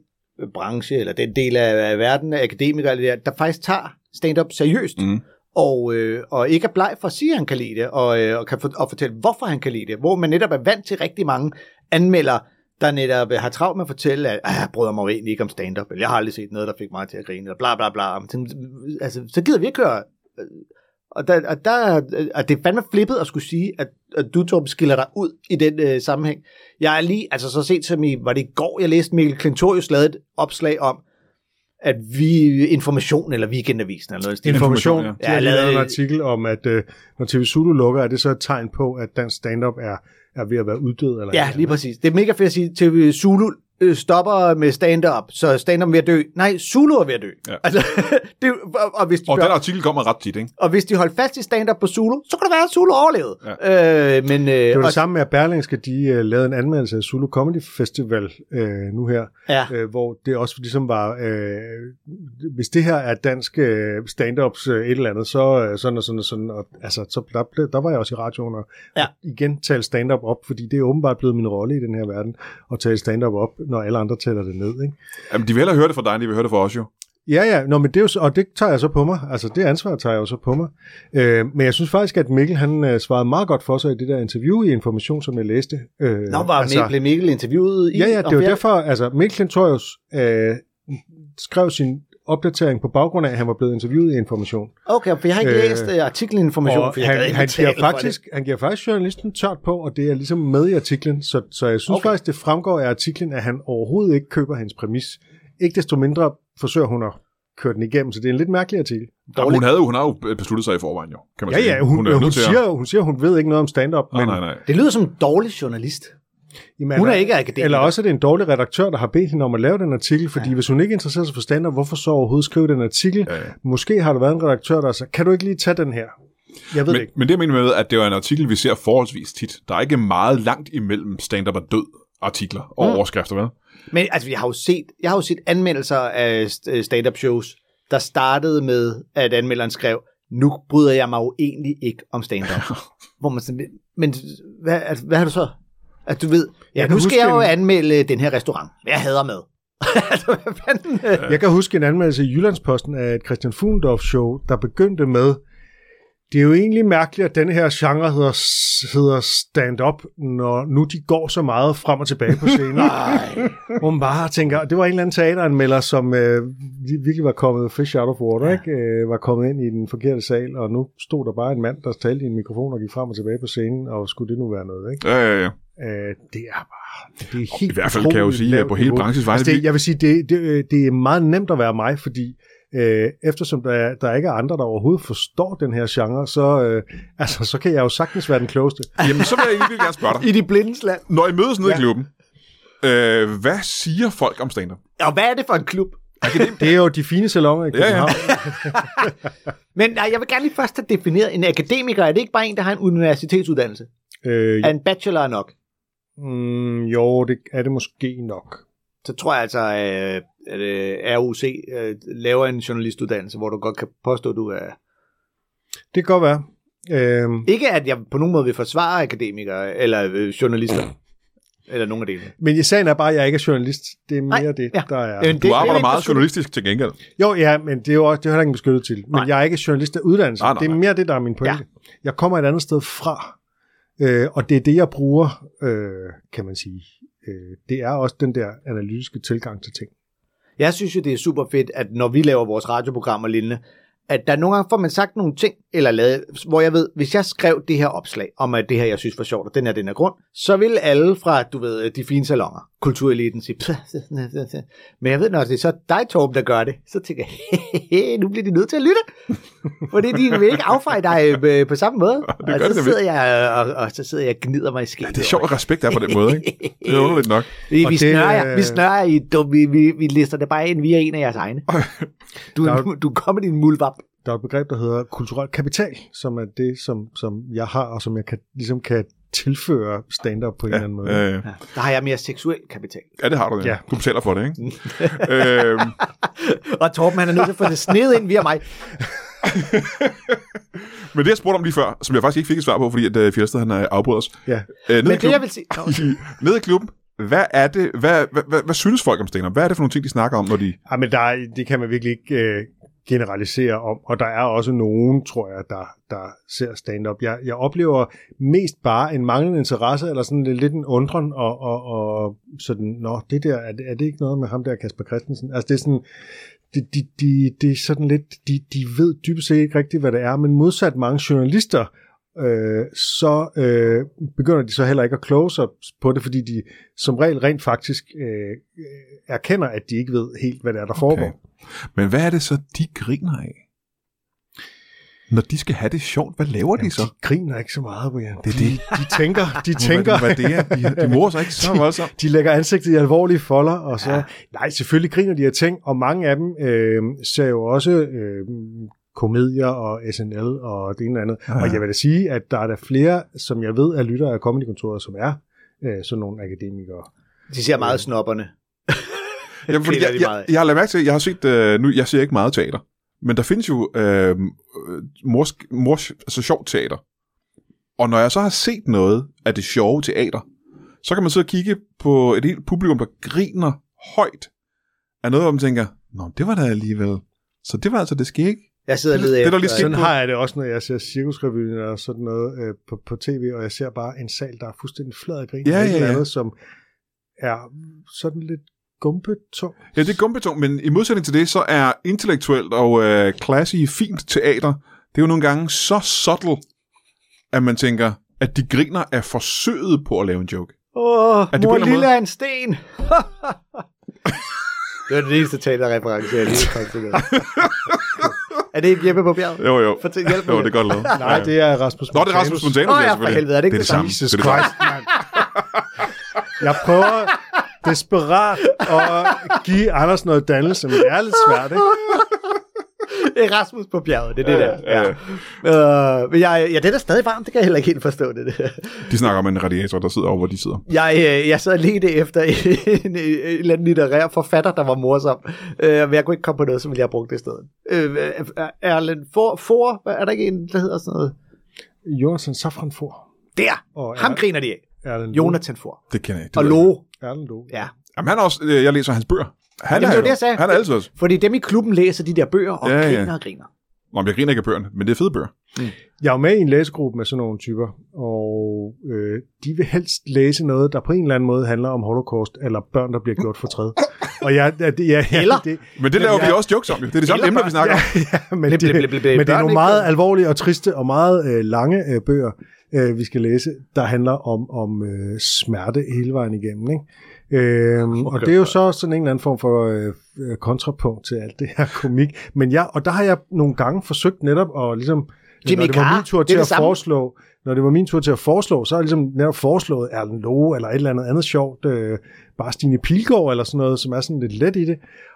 [SPEAKER 2] branche, eller den del af af verden, af akademikere, eller det der, der faktisk tager stand-up seriøst,
[SPEAKER 1] Mm.
[SPEAKER 2] og, øh, og ikke er bleg for at sige, at han kan lide det, og, øh, og kan for, og fortælle, hvorfor han kan lide det, hvor man netop er vant til rigtig mange anmelder, der netop øh, har travlt med at fortælle, at "Ah, jeg bryder mig jo egentlig ikke om stand-up, eller jeg har aldrig set noget, der fik mig til at grine, eller bla bla bla. Men tænker, Altså, så gider vi ikke høre. Øh, Og, der, og, der, øh, og det er fandme flippet at skulle sige, at, at du, Torben, skiller dig ud i den øh, sammenhæng. Jeg er lige, altså så set som i, var det i går, jeg læste Mikkel Klintorius lavede et opslag om, at vi, information eller weekendavisen eller noget. i stil.
[SPEAKER 1] Information, ja.
[SPEAKER 3] De har
[SPEAKER 2] Ja,
[SPEAKER 3] lige lavet en
[SPEAKER 2] lavet-
[SPEAKER 3] artikel om, at øh, når TV Zulu lukker, er det så et tegn på, at dansk stand-up er, er ved at være uddød? Eller
[SPEAKER 2] Ja, lige præcis. Det er mega fedt at sige, TV Zulu øh, stopper med stand-up, så stand-up er ved at dø. Nej, Zulu er ved at dø.
[SPEAKER 1] Ja.
[SPEAKER 2] (laughs) Altså, det, er jo- og, og, hvis de,
[SPEAKER 1] Og den
[SPEAKER 2] og,
[SPEAKER 1] artikel kommer ret tit, ikke?
[SPEAKER 2] og hvis de holdt fast i stand-up på Zulu, så kunne det være, at Zulu overlevede. Ja. Øh, men, øh,
[SPEAKER 3] Det var
[SPEAKER 2] og,
[SPEAKER 3] det samme med, at Berlingske de uh, lavede en anmeldelse af Zulu Comedy Festival uh, nu her,
[SPEAKER 2] ja.
[SPEAKER 3] uh, hvor det også ligesom var, uh, hvis det her er dansk uh, stand-ups uh, et eller andet, så uh, sådan og sådan og sådan, og altså, så, der, blev- der var jeg også i radioen og,
[SPEAKER 2] Ja.
[SPEAKER 3] og igen talte stand-up op, fordi det er åbenbart blevet min rolle i den her verden, at tale stand-up op, når alle andre taler det ned, ikke?
[SPEAKER 1] Jamen, de vil hellere høre det fra dig, end de vil høre det fra os, jo.
[SPEAKER 3] Ja, ja, Nå, men det er jo, så- og det tager jeg så på mig. Altså, det ansvar tager jeg jo så på mig. Øh, men jeg synes faktisk, at Mikkel, han øh, svarede meget godt for sig i det der interview i Information, som jeg læste. Øh,
[SPEAKER 2] Nå, var altså, blev Mikkel interviewet i?
[SPEAKER 3] Ja, ja,
[SPEAKER 2] om
[SPEAKER 3] det var
[SPEAKER 2] fjer-
[SPEAKER 3] derfor, altså Mikkel Klintorius øh, skrev sin opdatering på baggrund af, at han var blevet interviewet i Information.
[SPEAKER 2] Okay, for jeg har ikke
[SPEAKER 3] Øh,
[SPEAKER 2] læst øh, artiklen information,
[SPEAKER 3] Og
[SPEAKER 2] for jeg gad
[SPEAKER 3] han,
[SPEAKER 2] ikke
[SPEAKER 3] han,
[SPEAKER 2] betale
[SPEAKER 3] giver
[SPEAKER 2] for
[SPEAKER 3] faktisk, han giver faktisk journalisten tørt på, og det er ligesom med i artiklen, så, så jeg synes
[SPEAKER 2] Okay.
[SPEAKER 3] okay. faktisk, det fremgår af artiklen, at han overhovedet ikke køber hans præmis. Ikke desto mindre forsøger hun at kørt den igennem, så det er en lidt mærkelig artikel.
[SPEAKER 1] Jamen, hun, havde, jo- hun har jo besluttet sig i forvejen, jo. Kan man
[SPEAKER 3] Ja,
[SPEAKER 1] sige.
[SPEAKER 3] ja, hun, hun,
[SPEAKER 1] er jo
[SPEAKER 3] hun, hun,
[SPEAKER 1] nødt til at-
[SPEAKER 3] siger, hun siger, hun ved ikke noget om stand-up,
[SPEAKER 1] Nej,
[SPEAKER 3] men
[SPEAKER 1] nej, nej.
[SPEAKER 2] Det lyder som en dårlig journalist.
[SPEAKER 3] Jamen,
[SPEAKER 2] Hun er
[SPEAKER 3] eller-
[SPEAKER 2] ikke akademiker.
[SPEAKER 3] Eller også er det en dårlig redaktør, der har bedt hende om at lave den artikel, fordi ja. hvis hun ikke interesserer sig for stand-up, hvorfor så overhovedet skrive den artikel?
[SPEAKER 1] Ja, ja.
[SPEAKER 3] Måske har der været en redaktør, der har sagt, kan du ikke lige tage den her? Jeg ved det
[SPEAKER 1] Men,
[SPEAKER 3] ikke.
[SPEAKER 1] men det, jeg mener med, at det er en artikel, vi ser forholdsvis tit. Der er ikke meget langt imellem stand-up og død artikler og mm. overskrifter, vel?
[SPEAKER 2] Men altså, jeg har jo set, jeg har jo set anmeldelser af st- øh, stand-up shows, der startede med, at anmelderen skrev, nu bryder jeg mig jo egentlig ikke om
[SPEAKER 3] (laughs)
[SPEAKER 2] stand-up. Hvor man sådan, lidt, men hvad, altså, hvad har du så? At du ved, ja,
[SPEAKER 3] Jeg
[SPEAKER 2] nu
[SPEAKER 3] kan
[SPEAKER 2] skal
[SPEAKER 3] huske
[SPEAKER 2] jeg jo
[SPEAKER 3] en-
[SPEAKER 2] anmelde den her restaurant. Jeg hader mad. (laughs) altså, hvad fanden? øh?
[SPEAKER 3] Jeg kan huske en anmeldelse i Jyllandsposten af et Christian Fuglendorf-show, der begyndte med, det er jo egentlig mærkeligt, at denne her genre hedder, hedder stand-up, når nu de går så meget frem og tilbage på scenen. Hvor man bare tænker, det var en eller anden teateranmelder, som øh, vir- virkelig var kommet fish out of water, ja. ikke? Øh, var kommet ind i den forkerte sal, og nu stod der bare en mand, der talte i en mikrofon og gik frem og tilbage på scenen, og skulle det nu være noget, ikke?
[SPEAKER 1] Ja, ja, ja.
[SPEAKER 3] Øh, det er bare... Det er helt
[SPEAKER 1] I hvert fald kan jeg jo
[SPEAKER 3] utroligt
[SPEAKER 1] sige, at
[SPEAKER 3] lavt
[SPEAKER 1] på hele
[SPEAKER 3] niveau.
[SPEAKER 1] branchens vej,
[SPEAKER 3] Altså det, jeg vil sige, det, det, øh, det er meget nemt at være mig, fordi øh, eftersom der, er- der ikke er andre, der overhovedet forstår den her genre, så, øh, altså, så kan jeg jo sagtens være den klogeste.
[SPEAKER 1] jamen, så vil jeg egentlig gerne spørge dig.
[SPEAKER 2] (laughs) I de blindes land.
[SPEAKER 1] Når I mødes nede ja. i
[SPEAKER 3] Ja.
[SPEAKER 1] klubben, øh, hvad siger folk om stand-up?
[SPEAKER 2] Og hvad er det for en klub?
[SPEAKER 3] Det er jo de fine salonger i
[SPEAKER 1] ja.
[SPEAKER 3] København.
[SPEAKER 2] Men nej, jeg vil gerne lige først have defineret, en akademiker, er det ikke bare en, der har en universitetsuddannelse?
[SPEAKER 3] Ja, ja. Øh,
[SPEAKER 2] Er en bachelor nok?
[SPEAKER 3] mm, jo, det er det måske nok.
[SPEAKER 2] så tror jeg altså, øh, at øh, RUC øh, laver en journalistuddannelse, hvor du godt kan påstå, at du er...
[SPEAKER 3] Det kan godt være. Øh,
[SPEAKER 2] Ikke at jeg på nogen måde vil forsvare akademikere eller øh, journalister, eller nogen af delene.
[SPEAKER 3] men i sagen er bare, at jeg ikke er journalist. Det er mere
[SPEAKER 2] Nej,
[SPEAKER 3] Nej, det,
[SPEAKER 2] ja. Øhm.
[SPEAKER 3] der er.
[SPEAKER 2] Men det-
[SPEAKER 1] Du
[SPEAKER 2] det er
[SPEAKER 1] arbejder
[SPEAKER 2] lidt
[SPEAKER 1] meget
[SPEAKER 2] forskelligt.
[SPEAKER 1] journalistisk til gengæld.
[SPEAKER 3] Jo, ja, men det er jo også, det er heller ikke en beskyttet til. Men
[SPEAKER 2] Nej.
[SPEAKER 3] nej. jeg er ikke journalist af uddannelse.
[SPEAKER 1] Nej, nej,
[SPEAKER 3] det er
[SPEAKER 1] nej.
[SPEAKER 3] mere det, der er min pointe. Ja. Jeg kommer et andet sted fra, øh, og det er det, jeg bruger, øh, kan man sige. Øh, det er også den der analytiske tilgang til ting.
[SPEAKER 2] Jeg synes jo, det er super fedt, at når vi laver vores radioprogram og lignende, at der nogle gange får man sagt nogle ting, eller lavet, hvor jeg ved, hvis jeg skrev det her opslag om, at det her, jeg synes var sjovt, og den her, den her grund, så vil alle fra, du ved, de fine salonger, kultureliten, sige, "Pff, pff, pff, pff." men jeg ved, når det er så dig, Torben, der gør det, så tænker jeg, (laughs) "Hehehe, nu bliver de nødt til at
[SPEAKER 1] (laughs)
[SPEAKER 2] lytte, fordi de vil ikke affeje dig øh, på samme måde,
[SPEAKER 1] gør
[SPEAKER 2] og
[SPEAKER 1] det
[SPEAKER 2] så
[SPEAKER 1] nemlig.
[SPEAKER 2] sidder jeg, og, og, så sidder jeg og gnider mig i skægget.
[SPEAKER 1] Det er sjovt, at respekt er på den måde,
[SPEAKER 2] (laughs)
[SPEAKER 1] ikke? Det er underligt nok.
[SPEAKER 2] Vi,
[SPEAKER 3] Og
[SPEAKER 2] vi,
[SPEAKER 3] det-
[SPEAKER 2] snører, vi snører i, du, vi, vi, vi lister det bare ind via en af jeres egne. Du,
[SPEAKER 3] Der er-
[SPEAKER 2] du, du kommer din mulvap.
[SPEAKER 3] Der er et begreb, der hedder kulturel kapital, som er det, som, som jeg har, og som jeg kan, ligesom kan tilføre stand-up på en ja, eller anden måde.
[SPEAKER 1] Øh,
[SPEAKER 2] Der har jeg mere seksuel kapital.
[SPEAKER 1] ja, det har du. Ja.
[SPEAKER 3] Ja.
[SPEAKER 1] Du betaler for det, ikke? øh,
[SPEAKER 2] (laughs)
[SPEAKER 1] (laughs)
[SPEAKER 2] Og Torben, han er nødt til at få det snedet ind via mig.
[SPEAKER 1] men det, jeg spurgte om lige før, som jeg faktisk ikke fik et svar på, fordi at øh, Fjeldsted, han øh, afbrød os.
[SPEAKER 3] Ja.
[SPEAKER 1] Øh, nede, i
[SPEAKER 2] Men det,
[SPEAKER 1] klubben,
[SPEAKER 2] jeg vil sige... Nå,
[SPEAKER 1] (laughs) nede i klubben, hvad er det, hvad, hvad, hvad, hvad synes folk om stand-up? Hvad er det for nogle ting, de snakker om, når de...
[SPEAKER 3] Ja, men der, er- det kan man virkelig ikke øh, generalisere om, og der er også nogen, tror jeg, der, der ser stand-up. Jeg, jeg oplever mest bare en manglende interesse, eller sådan lidt, lidt en undren, og, og, og sådan, nå, det der, er det, er det ikke noget med ham der Kasper Christensen? Altså det er sådan, de, de, de, det er sådan lidt, de, de ved dybest set ikke rigtigt, hvad det er, men modsat mange journalister, øh, så øh, begynder de så heller ikke at kloge sig på det, fordi de som regel rent faktisk øh, erkender, at de ikke ved helt, hvad det er, der okay. foregår.
[SPEAKER 1] Men hvad er det så, de griner af? Når de skal have det sjovt, hvad laver de så?
[SPEAKER 3] De griner ikke så meget, Brian.
[SPEAKER 1] Det er
[SPEAKER 3] de,
[SPEAKER 1] det.
[SPEAKER 3] de tænker,
[SPEAKER 1] (laughs)
[SPEAKER 3] de tænker,
[SPEAKER 1] Hvad, hvad det er, de, de
[SPEAKER 3] (laughs)
[SPEAKER 1] morer sig ikke så voldsomt.
[SPEAKER 3] de lægger ansigtet i alvorlige folder, og så, ja. nej, selvfølgelig griner de af ting, og mange af dem øh, ser jo også øh, komedier og SNL og det ene og andet.
[SPEAKER 1] Ja.
[SPEAKER 3] Ja. Og jeg vil da sige, at der er der flere, som jeg ved er lyttere af comedykontoret, som er øh, sådan nogle akademikere.
[SPEAKER 2] De ser meget snopperne.
[SPEAKER 1] Jamen, fordi
[SPEAKER 2] (laughs) Griner
[SPEAKER 1] jeg,
[SPEAKER 2] de
[SPEAKER 1] jeg,
[SPEAKER 2] meget af.
[SPEAKER 1] jeg har lagt mærke til, jeg har set, øh, nu, jeg ser ikke meget teater, men der findes jo øh, mors, mors, altså sjovt teater. Og når jeg så har set noget af det sjove teater, så kan man sidde og kigge på et helt publikum, der griner højt af noget, hvor man tænker, Nå, det var da alligevel. Så det var altså det skæg.
[SPEAKER 2] Jeg sidder og
[SPEAKER 1] Det-
[SPEAKER 2] leder
[SPEAKER 1] det er der lige
[SPEAKER 2] efter...
[SPEAKER 1] sket.
[SPEAKER 3] Sådan har jeg det også, når jeg ser cirkusrevyen og sådan noget øh, på, på tv, og jeg ser bare en sal, der er fuldstændig flad af grin,
[SPEAKER 1] Ja,
[SPEAKER 3] og et
[SPEAKER 1] ja,
[SPEAKER 3] eller
[SPEAKER 1] ja.
[SPEAKER 3] andet, som er sådan lidt gumpetung.
[SPEAKER 1] Ja, det er gumbetung, men i modsætning til det, så er intellektuelt og øh, classy, fint teater, det er jo nogle gange så subtle, at man tænker, at de griner af forsøget på at lave en joke.
[SPEAKER 2] Åh,
[SPEAKER 1] det på en eller
[SPEAKER 2] mor
[SPEAKER 1] anden
[SPEAKER 2] lille
[SPEAKER 1] måde?
[SPEAKER 2] er en sten. (laughs) Det var den eneste teaterreference, jeg lige kom (laughs) til. er det ikke Jeppe på bjerget?
[SPEAKER 1] Jo, jo.
[SPEAKER 2] Fortæl, hjælp mig
[SPEAKER 1] jo,
[SPEAKER 2] lidt.
[SPEAKER 1] det er godt lavet.
[SPEAKER 3] Nej, det er Rasmus
[SPEAKER 1] Nå, det er Rasmus
[SPEAKER 3] Montanus.
[SPEAKER 1] Montanus,
[SPEAKER 2] Åh, ja, for
[SPEAKER 1] selvfølgelig.
[SPEAKER 2] helvede, er det ikke
[SPEAKER 1] det, er
[SPEAKER 2] det
[SPEAKER 1] det samme.
[SPEAKER 3] Jesus
[SPEAKER 1] det er det
[SPEAKER 3] Christ, mand. Jeg prøver desperat at give Anders noget dannelse, men det er lidt svært, ikke?
[SPEAKER 2] Det er Rasmus på bjerget, det er det der.
[SPEAKER 1] ja,
[SPEAKER 2] Ja, ja. Øh, men jeg, ja, det er da stadig varmt, det kan jeg heller ikke helt forstå, det der.
[SPEAKER 1] De snakker om en radiator, der sidder over, hvor de sidder.
[SPEAKER 2] Jeg, øh, jeg sad og ledte efter en, en eller anden litterær forfatter, der var morsom, øh, men jeg kunne ikke komme på noget, som ville jeg have brugt det i stedet. Øh, er- Erlen for, for, hvad er der ikke en, der hedder sådan noget?
[SPEAKER 3] Jonathan Safran Foer.
[SPEAKER 2] Der!
[SPEAKER 3] Og
[SPEAKER 2] Ham
[SPEAKER 3] er-
[SPEAKER 2] griner de af.
[SPEAKER 3] Erlend
[SPEAKER 2] Jonathan for.
[SPEAKER 1] Det kender jeg ikke. Det
[SPEAKER 2] Og
[SPEAKER 1] ved jeg ikke.
[SPEAKER 2] Loge.
[SPEAKER 3] Erlend Loe.
[SPEAKER 2] Ja.
[SPEAKER 1] Jamen, han er også, øh, jeg læser hans bøger. Han
[SPEAKER 2] Jamen, det
[SPEAKER 1] er,
[SPEAKER 2] var
[SPEAKER 1] jo-
[SPEAKER 2] det, jeg sagde.
[SPEAKER 1] Han er altid også.
[SPEAKER 2] Fordi dem i klubben læser de der bøger og
[SPEAKER 1] Ja, ja.
[SPEAKER 2] ja, griner og griner.
[SPEAKER 1] Nå, men jeg griner ikke af bøgerne, men det er fede bøger.
[SPEAKER 3] Jeg er jo med i en læsegruppe med sådan nogle typer, og øh, de vil helst læse noget, der på en eller anden måde handler om holocaust, eller børn, der bliver gjort fortræd. Og jeg, ja, det, ja, ja,
[SPEAKER 2] Eller-
[SPEAKER 3] det,
[SPEAKER 1] Men det laver
[SPEAKER 3] ja.
[SPEAKER 1] vi også jokes om, jo. Det er de samme
[SPEAKER 2] Eller
[SPEAKER 1] emner, vi snakker om.
[SPEAKER 3] ja, men,
[SPEAKER 2] Blip,
[SPEAKER 3] det,
[SPEAKER 2] blip, blip, blip, blip.
[SPEAKER 3] men det er
[SPEAKER 2] Børn
[SPEAKER 3] nogle
[SPEAKER 2] ikke
[SPEAKER 3] meget
[SPEAKER 2] gjort-
[SPEAKER 3] alvorlige og triste og meget øh, lange øh, bøger, øh, vi skal læse, der handler om, om øh, smerte hele vejen igennem. Ikke? Øhm, og det er jo så sådan en eller anden form for øh, øh, kontrapunkt til alt det her komik. Men ja, og der har jeg nogle gange forsøgt netop at ligesom...
[SPEAKER 2] Jimmy
[SPEAKER 3] når det var
[SPEAKER 2] Carr,
[SPEAKER 3] min tur
[SPEAKER 2] det er
[SPEAKER 3] til
[SPEAKER 2] det
[SPEAKER 3] at
[SPEAKER 2] samme.
[SPEAKER 3] foreslå, når det var min tur til at foreslå, så har jeg ligesom netop foreslået Erlen Loge eller et eller andet andet sjovt, øh, bare Stine Pilgaard eller sådan noget, som er sådan lidt let i det.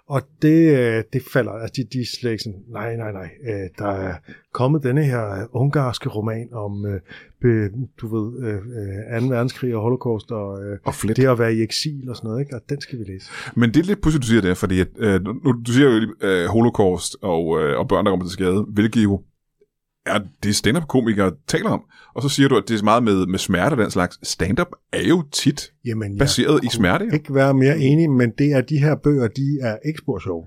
[SPEAKER 3] Og det, øh, det falder, altså de, de er slet ikke sådan, nej, nej, nej, øh, der er kommet denne her øh, ungarske roman om, øh, be, du ved, øh, øh, 2. verdenskrig og holocaust og øh,
[SPEAKER 1] Og flet.
[SPEAKER 3] det at være i eksil og sådan noget, ikke? og den skal vi læse.
[SPEAKER 1] Men det er lidt pudsigt, du siger det, fordi at, øh, nu, du siger jo øh, holocaust og, øh, og børn, der kommer til skade, hvilket jo er det stand-up-komikere taler om. Og så siger du, at det er meget med, med smerte og den slags. Stand-up er jo tit
[SPEAKER 3] Jamen, jeg
[SPEAKER 1] baseret i smerte.
[SPEAKER 3] kan
[SPEAKER 1] jo.
[SPEAKER 3] ikke være mere enig, men det er de her bøger, de er ikke spor sjove.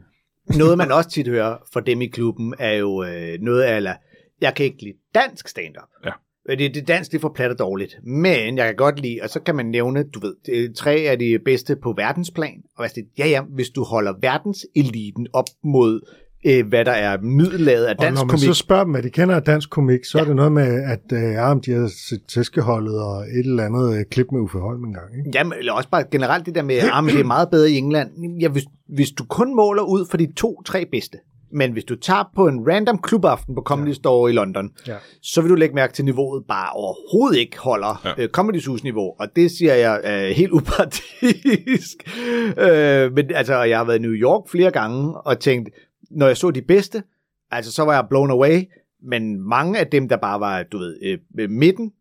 [SPEAKER 2] Noget, man også tit hører fra dem i klubben, er jo øh, noget af, eller, jeg kan ikke lide dansk stand-up.
[SPEAKER 1] Ja.
[SPEAKER 2] Fordi det, det dansk, det forplatter dårligt. Men jeg kan godt lide, og så kan man nævne, du ved, øh, tre af de bedste på verdensplan. Og altså, ja, ja, hvis du holder verdenseliten op mod, øh, hvad der er middellaget af
[SPEAKER 3] Og
[SPEAKER 2] dansk
[SPEAKER 3] når man så
[SPEAKER 2] komik.
[SPEAKER 3] spørger dem, hvad de kender af dansk komik, så ja. er det noget med, at øh, ja, om de har set tæskeholdet og et eller andet øh, klip med Uffe Holm engang. Ikke?
[SPEAKER 2] Jamen, eller også bare generelt det der med, at ah, det er meget bedre i England. Ja, hvis, hvis du kun måler ud for de to-tre bedste, men hvis du tager på en random klubaften på Comedy ja. Store i London,
[SPEAKER 3] Ja.
[SPEAKER 2] så vil du lægge mærke til, at niveauet bare overhovedet ikke holder ja. øh, Comedy Zoo's niveau, og det siger jeg øh, helt upartisk. (laughs) øh, men altså, og jeg har været i New York flere gange og tænkt, når jeg så de bedste, altså så var jeg blown away, men mange af dem, der bare var, du ved, øh, øh, midten,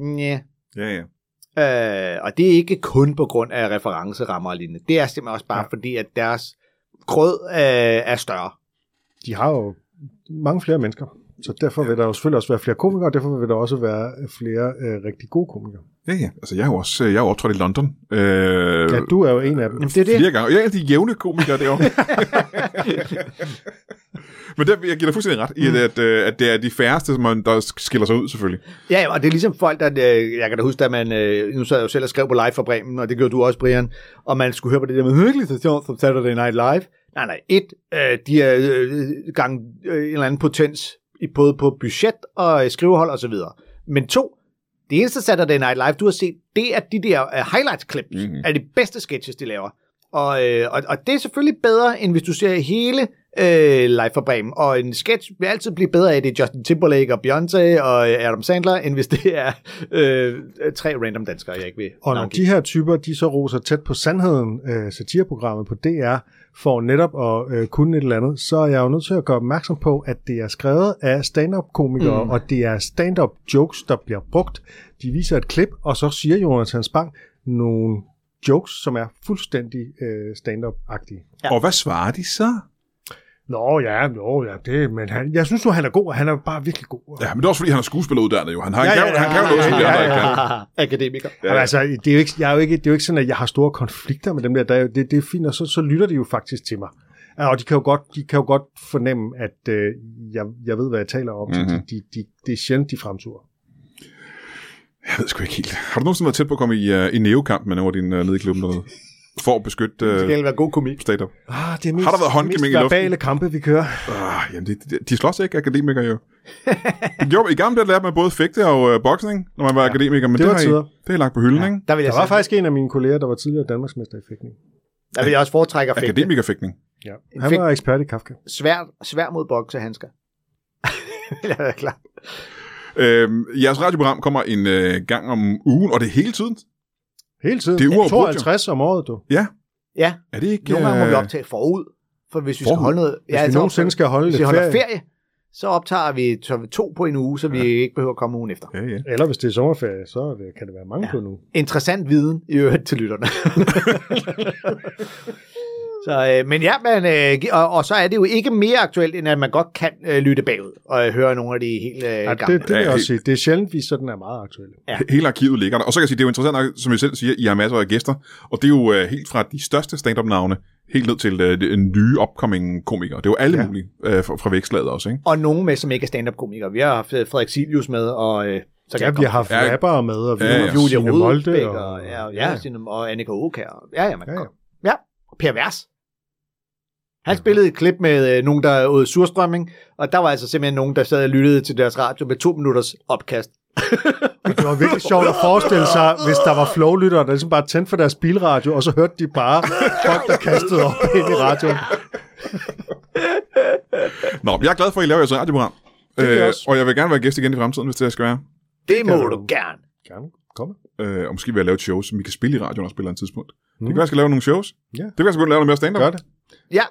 [SPEAKER 2] yeah.
[SPEAKER 1] Ja, ja.
[SPEAKER 2] Øh, og det er ikke kun på grund af referencerammer og lignende. Det er simpelthen også bare ja. fordi, at deres grød øh, er større.
[SPEAKER 3] De har jo mange flere mennesker, så derfor vil der jo selvfølgelig også være flere komikere, og derfor vil der også være flere øh, rigtig gode komikere.
[SPEAKER 1] Ja, ja. Altså, jeg er jo også øh, jeg er jo optrådt i London. Øh,
[SPEAKER 3] Ja, du er jo en af dem.
[SPEAKER 2] Jamen, det er det.
[SPEAKER 1] Flere gange. Og jeg er en af de jævne komikere derovre. Men der, jeg giver dig fuldstændig ret i, at, at, øh, at det er de færreste, som man, der skiller sig ud, selvfølgelig.
[SPEAKER 2] Ja, ja, og det er ligesom folk, der, øh, jeg kan da huske, at man, øh, nu sad jeg jo selv og skrev på Live for Bremen, og det gjorde du også, Brian, og man skulle høre på det der med hyggelig station som Saturday Night Live. Nej, nej, et, øh, de er øh, gang øh, en eller anden potens, i både på budget og øh, skrivehold og så videre. Men to, det eneste Saturday Night Live, du har set, det er de der øh, highlights-klip,
[SPEAKER 1] Mhm.
[SPEAKER 2] mm-hmm. af de bedste sketches, de laver. Og, øh, og, og det er selvfølgelig bedre, end hvis du ser hele øh, Live fra Bremen. Og en sketch vil altid blive bedre af, at det er Justin Timberlake og Beyoncé og øh, Adam Sandler, end hvis det er øh, tre random danskere, jeg ikke vil
[SPEAKER 3] Og når
[SPEAKER 2] navngive.
[SPEAKER 3] de her typer, de så roser tæt på sandheden, øh, satireprogrammet på DR, for netop at øh, kunne et eller andet, så er jeg jo nødt til at gøre opmærksom på, at det er skrevet af stand-up-komikere, mm. og det er stand-up-jokes, der bliver brugt. De viser et klip, og så siger Jonathan Spang nogle jokes, som er fuldstændig øh, stand-up-agtige.
[SPEAKER 1] Ja. Og hvad svarer de så?
[SPEAKER 3] Nå ja, nå ja, det, men han, jeg synes nu, han er god, og han er bare virkelig god.
[SPEAKER 1] Ja, men det er også fordi, han er skuespilleruddannet jo. Han, har, ja,
[SPEAKER 3] Ja,
[SPEAKER 1] ja,
[SPEAKER 3] ja,
[SPEAKER 1] kan, han kan jo
[SPEAKER 3] ja,
[SPEAKER 1] noget, som de
[SPEAKER 3] ja,
[SPEAKER 1] andre
[SPEAKER 3] ja,
[SPEAKER 1] ikke kan.
[SPEAKER 2] (laughs) Akademiker.
[SPEAKER 3] Ja. Jamen, altså, det er, jo ikke, jeg er jo ikke, det er jo ikke sådan, at jeg har store konflikter med dem der. der er jo, det, det er fint, og så, så lytter de jo faktisk til mig. Ja, Og de kan jo godt, de kan jo godt fornemme, at øh, jeg, jeg ved, hvad jeg taler om. Mm-hmm.
[SPEAKER 1] Mhm.
[SPEAKER 3] De, de, de, det er sjældent, de fremturer.
[SPEAKER 1] Jeg ved sgu ikke helt. Har du nogensinde været tæt på at komme i, uh, i neokamp med nogle af dine uh, nede i klubben dernede? For at beskytte
[SPEAKER 3] Øh.
[SPEAKER 2] Det
[SPEAKER 1] uh,
[SPEAKER 2] skal være god komik.
[SPEAKER 1] stand-up?
[SPEAKER 3] Ah, det er mest,
[SPEAKER 1] Har der været håndgemæng
[SPEAKER 3] mest
[SPEAKER 1] i luften?
[SPEAKER 3] verbale kampe, vi kører.
[SPEAKER 1] Ah, jamen, de, de, de slås ikke, akademikere jo. Det gjorde, I gamle dage lærte man både fægte og uh, boksning, når man var ja, akademiker, men
[SPEAKER 3] det
[SPEAKER 1] det,
[SPEAKER 3] var
[SPEAKER 1] har I,
[SPEAKER 3] tider.
[SPEAKER 1] det har I lagt på hylden, ja. ikke?
[SPEAKER 2] Der vil jeg
[SPEAKER 3] Der var
[SPEAKER 2] sige-
[SPEAKER 3] faktisk en af mine kolleger, der var tidligere Danmarksmester i fægtning.
[SPEAKER 2] Der vil jeg også foretrække at fægte.
[SPEAKER 1] Akademikerfægtning.
[SPEAKER 3] Ja.
[SPEAKER 2] En
[SPEAKER 3] Han
[SPEAKER 2] fæk-
[SPEAKER 3] var ekspert i Kafka.
[SPEAKER 2] Svær, svær mod (laughs) boksehandsker. Eller er klar.
[SPEAKER 1] Øhm, jeres radioprogram kommer en øh, gang om ugen, og det er hele tiden.
[SPEAKER 3] Hele tiden.
[SPEAKER 1] Det er uafbrudt, jo.
[SPEAKER 3] 52 om året, du.
[SPEAKER 2] Ja,
[SPEAKER 1] Er det ikke...
[SPEAKER 2] nogle gange må vi
[SPEAKER 1] øh,
[SPEAKER 2] optage forud. For hvis vi skal
[SPEAKER 1] Forud?
[SPEAKER 2] holde noget...
[SPEAKER 3] Hvis ja, vi
[SPEAKER 2] altså,
[SPEAKER 3] nogensinde skal holde
[SPEAKER 2] hvis
[SPEAKER 3] lidt
[SPEAKER 2] vi holder
[SPEAKER 3] ferie,
[SPEAKER 2] ferie, så optager vi så vi to på en uge, så vi ikke behøver at komme ugen efter.
[SPEAKER 1] Ja, ja.
[SPEAKER 3] eller hvis det er sommerferie, så øh, kan det være mange
[SPEAKER 2] Ja.
[SPEAKER 3] ja. på nu.
[SPEAKER 2] Interessant viden i øvrigt til lytterne. så, øh, men ja, men, øh, gi- og, og så er det jo ikke mere aktuelt, end at man godt kan øh, lytte bagud og øh, høre nogle af de helt øh,
[SPEAKER 3] Ja,
[SPEAKER 2] gamle.
[SPEAKER 3] det, det vil
[SPEAKER 1] Ja,
[SPEAKER 3] jeg også
[SPEAKER 1] helt-
[SPEAKER 3] sige. Det er sjældent, vi sådan er meget aktuelle.
[SPEAKER 2] Ja.
[SPEAKER 1] Hele arkivet ligger der. Og så kan jeg sige, det er jo interessant nok, som jeg selv siger, I har masser af gæster, og det er jo øh, helt fra de største stand-up-navne, helt ned til øh, de, nye upcoming komikere. Det er jo alle ja.
[SPEAKER 3] Ja.
[SPEAKER 1] mulige øh, fra, fra vækslaget også, ikke?
[SPEAKER 2] og nogen med, som ikke er stand-up-komikere. Vi har haft øh, Frederik Silius med, og øh, så kan
[SPEAKER 3] Ja, vi har haft
[SPEAKER 1] Ja.
[SPEAKER 3] rappere med, og vi
[SPEAKER 1] Ja,
[SPEAKER 3] har
[SPEAKER 1] ja.
[SPEAKER 3] haft
[SPEAKER 2] Julie
[SPEAKER 3] Signe
[SPEAKER 2] Rodbæk,
[SPEAKER 3] Molde.
[SPEAKER 2] og, og, ja, ja, ja. Sine, og Annika Åkær. og- Ja, ja, man kan
[SPEAKER 3] Ja,
[SPEAKER 2] ja,
[SPEAKER 3] ja.
[SPEAKER 2] ja. ja, og Per Vers. Han spillede et klip med øh, nogen, der åd surstrømming, og der var altså simpelthen nogen, der sad og lyttede til deres radio med to minutters opkast.
[SPEAKER 3] Det var virkelig sjovt at forestille sig, hvis der var flowlyttere, der ligesom bare tændte for deres bilradio, og så hørte de bare folk, der kastede op ind i radioen.
[SPEAKER 1] Nå, men jeg er glad for, at I laver jeres radioprogram.
[SPEAKER 3] Det kan jeg
[SPEAKER 1] Øh,
[SPEAKER 3] også.
[SPEAKER 1] og jeg vil gerne være gæst igen i fremtiden, hvis det skal være.
[SPEAKER 2] Det
[SPEAKER 3] kan
[SPEAKER 2] må
[SPEAKER 3] du.
[SPEAKER 2] du gerne.
[SPEAKER 3] Gerne. Kom.
[SPEAKER 1] Øh, og måske vil jeg lave et show, som vi kan spille i radioen også på et eller andet tidspunkt. Mm.
[SPEAKER 3] Mm.
[SPEAKER 1] Det kan være, jeg skal lave nogle shows.
[SPEAKER 3] Ja.
[SPEAKER 1] Det kan være, jeg skal begynde at lave noget mere stand-up.
[SPEAKER 3] Gør det.
[SPEAKER 2] Ja,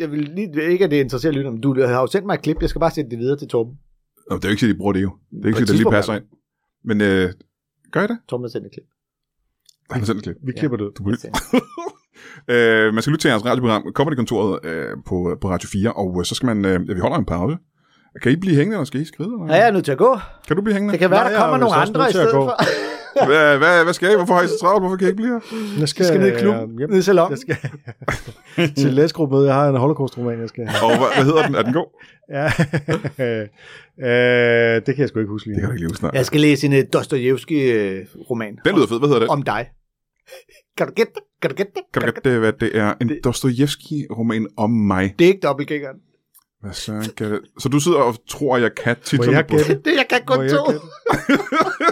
[SPEAKER 2] jeg vil lige, ikke at det interesserer lytterne, men du har jo sendt mig et klip, jeg skal bare sende det videre til Torben.
[SPEAKER 1] Nå, det er jo ikke, at de bruger det jo. Det er ikke,
[SPEAKER 2] På et
[SPEAKER 1] at det lige
[SPEAKER 2] tidspunkt,
[SPEAKER 1] passer ind. Men øh, gør I det?
[SPEAKER 2] Torben har sendt et klip.
[SPEAKER 1] Han har sendt et klip.
[SPEAKER 3] Vi klipper det ud.
[SPEAKER 1] Du må (laughs) Øh, man skal lytte til jeres radioprogram, Comedy-kontoret øh, på, på Radio 4, og øh, så skal man, øh, ja, vi holder en pause. Kan I blive hængende, eller skal I skride?
[SPEAKER 3] Mm.
[SPEAKER 1] Eller?
[SPEAKER 2] Ja, jeg er nødt til at gå.
[SPEAKER 1] Kan du blive hængende?
[SPEAKER 2] Det kan være,
[SPEAKER 3] Nej,
[SPEAKER 2] der
[SPEAKER 3] jeg
[SPEAKER 2] kommer
[SPEAKER 3] er vist
[SPEAKER 2] nogle
[SPEAKER 3] også
[SPEAKER 2] andre
[SPEAKER 3] nødt
[SPEAKER 2] i
[SPEAKER 3] til at
[SPEAKER 2] stedet
[SPEAKER 3] gå.
[SPEAKER 2] for.
[SPEAKER 1] Hvad, hvad, hvad skal I? Hvorfor har I så travlt? Hvorfor kan I ikke blive her?
[SPEAKER 3] Jeg
[SPEAKER 2] Jeg skal ned i klubben,
[SPEAKER 3] øh,
[SPEAKER 2] ned i salongen.
[SPEAKER 3] Jeg skal
[SPEAKER 2] (laughs)
[SPEAKER 3] til læsgruppemøde. Jeg har en holocaust-roman, jeg skal
[SPEAKER 1] Og hvad, hvad hedder den? Er den god?
[SPEAKER 3] Ja. (laughs) øh, det kan jeg sgu ikke huske lige
[SPEAKER 1] Det
[SPEAKER 3] nu.
[SPEAKER 1] kan jeg ikke leve snart.
[SPEAKER 2] Jeg skal læse en uh, Dostojevski-roman.
[SPEAKER 1] Den lyder fed. Hvad hedder den?
[SPEAKER 2] Om dig. Kan du gætte det? Kan du gætte det?
[SPEAKER 1] Kan du gætte, øh, hvad det er? En Dostojevski-roman om mig.
[SPEAKER 2] Det er ikke dobbeltgængeren. (laughs)
[SPEAKER 1] Hvad søren kan det? Så du sidder og tror, at jeg kan titlen
[SPEAKER 3] Må jeg
[SPEAKER 1] på...
[SPEAKER 3] gætte?
[SPEAKER 2] Det, jeg kan kun
[SPEAKER 3] Må jeg
[SPEAKER 2] to.
[SPEAKER 3] gætte?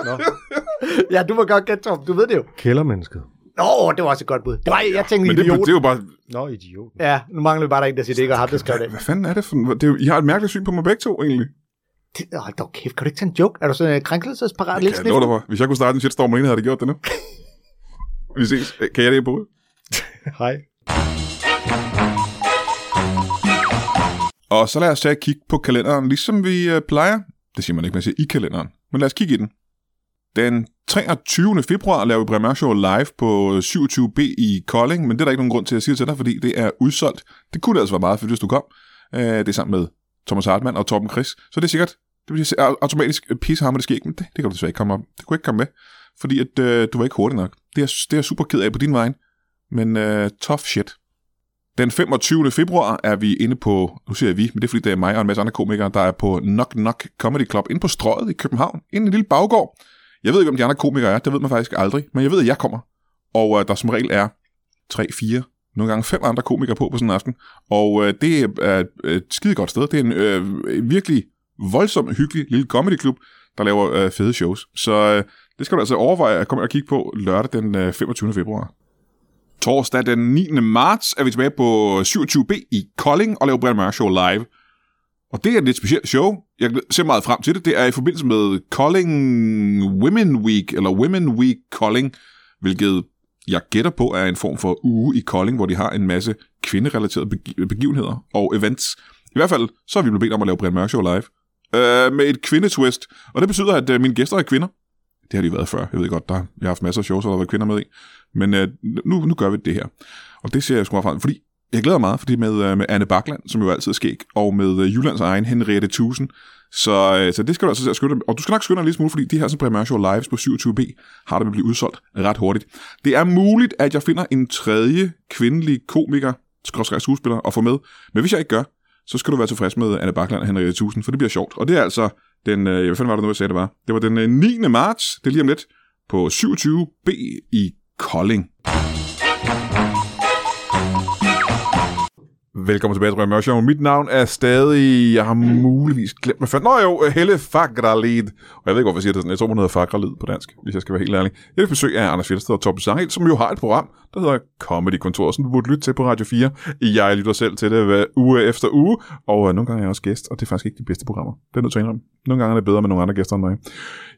[SPEAKER 3] Nå,
[SPEAKER 2] Ja, du må godt gætte, Tom. Du ved det jo.
[SPEAKER 3] kældermennesket.
[SPEAKER 2] Nå, det var også et godt bud. Nej, jeg tænkte
[SPEAKER 1] Men det,
[SPEAKER 2] idiot.
[SPEAKER 1] det er jo bare...
[SPEAKER 3] Nå, idiot.
[SPEAKER 2] Ja, nu mangler vi bare, der er en, der siger, det ikke er ham, der skrev det.
[SPEAKER 1] Hvad fanden er det for... en- Det er jo, I har et mærkeligt syn på mig begge to, egentlig.
[SPEAKER 2] Det- Åh, dog kæft, kan du ikke tage en joke? Er du sådan en krænkelsesparat?
[SPEAKER 1] Kan
[SPEAKER 2] Lidt
[SPEAKER 1] jeg
[SPEAKER 2] snift?
[SPEAKER 1] love dig for? Hvis jeg kunne starte en shitstorm alene, havde jeg gjort det nu. Vi ses. Kan jeg det på?
[SPEAKER 3] Hej.
[SPEAKER 1] Og så lad os tage et kig på kalenderen, ligesom vi øh, plejer. Det siger man ikke, man siger i kalenderen. Men lad os kigge i den. Den 23. februar laver vi Brian Mørk Show live på 27B i Kolding, men det er der ikke nogen grund til at sige det til dig, fordi det er udsolgt. Det kunne altså være meget fedt, hvis du kom. Øh, Det er sammen med Thomas Hartmann og Torben Chris, så det er sikkert det bliver au- automatisk øh, pissehammer, det sker ikke, men det, det kan du desværre ikke komme op. Det kunne ikke komme med, fordi at, øh, du var ikke hurtig nok. Det er, det er jeg super ked af på din vej, men øh, tough shit. Den 25. februar er vi inde på, nu siger jeg vi, men det er fordi, det er mig og en masse andre komikere, der er på Knock Knock Comedy Club inde på Strøget i København, inde i en lille baggård. Jeg ved ikke, om de andre komikere er, det ved man faktisk aldrig, men jeg ved, at jeg kommer. Og øh, der som regel er 3, 4, nogle gange fem andre komikere på på sådan en aften. Og øh, det er øh, et skide godt sted. Det er en øh, virkelig voldsom, hyggelig lille comedyklub, der laver øh, fede shows. Så øh, det skal du altså overveje at komme og kigge på lørdag den øh, 25. februar. Torsdag den 9. marts er vi tilbage på 27B i Kolding og laver Brian Mørk Show live. Og det er et lidt specielt show. Jeg ser meget frem til det. Det er i forbindelse med Kolding Women Week, eller Women Week Kolding, hvilket jeg gætter på er en form for uge i Kolding, hvor de har en masse kvinderelaterede begi- begivenheder og events. I hvert fald, så er vi blevet bedt om at lave Brian Mørk Show live. Øh, med et kvindetwist. Og det betyder, at øh, mine gæster er kvinder. Det har de været før. Jeg ved godt, der, jeg har haft masser af shows, hvor der har været kvinder med i. Men øh, nu, nu gør vi det her. Og det ser jeg sgu meget frem til, fordi jeg glæder mig meget, fordi med, øh, med Anne Bakland, som jo altid er skæg, og med øh, Jyllands egen Henriette Tusen. Så, øh, så det skal du altså til at skynde dig- Og du skal nok skynde dig en lille smule, fordi de her som Premier Show Lives på 27B har det med at blive udsolgt ret hurtigt. Det er muligt, at jeg finder en tredje kvindelig komiker, skrådstræk skuespiller, og få med. Men hvis jeg ikke gør, så skal du være tilfreds med Anne Bakland og Henriette Tusen, for det bliver sjovt. Og det er altså den, øh, hvad fanden var det nu, jeg sagde, det var? Det var den øh, 9. marts, det er lige om lidt, på 27B i Kolding. Velkommen tilbage til Brian Mørk Show. Mit navn er stadig, jeg har muligvis glemt, hvad fanden... Nå jo, Helle Fagralid. Og jeg ved ikke, hvorfor jeg siger det sådan. Jeg tror, hun hedder Fagralid på dansk, hvis jeg skal være helt ærlig. Jeg er besøg af Anders Fjeldsted og Torben Sangel, som jo har et program, der hedder Comedy Kontor, som du burde lytte til på Radio 4. Jeg lytter selv til det hver uge efter uge, og øh, nogle gange er jeg også gæst, og det er faktisk ikke de bedste programmer. Det er jeg nødt til at indrømme. Nogle gange er det bedre med nogle andre gæster end mig.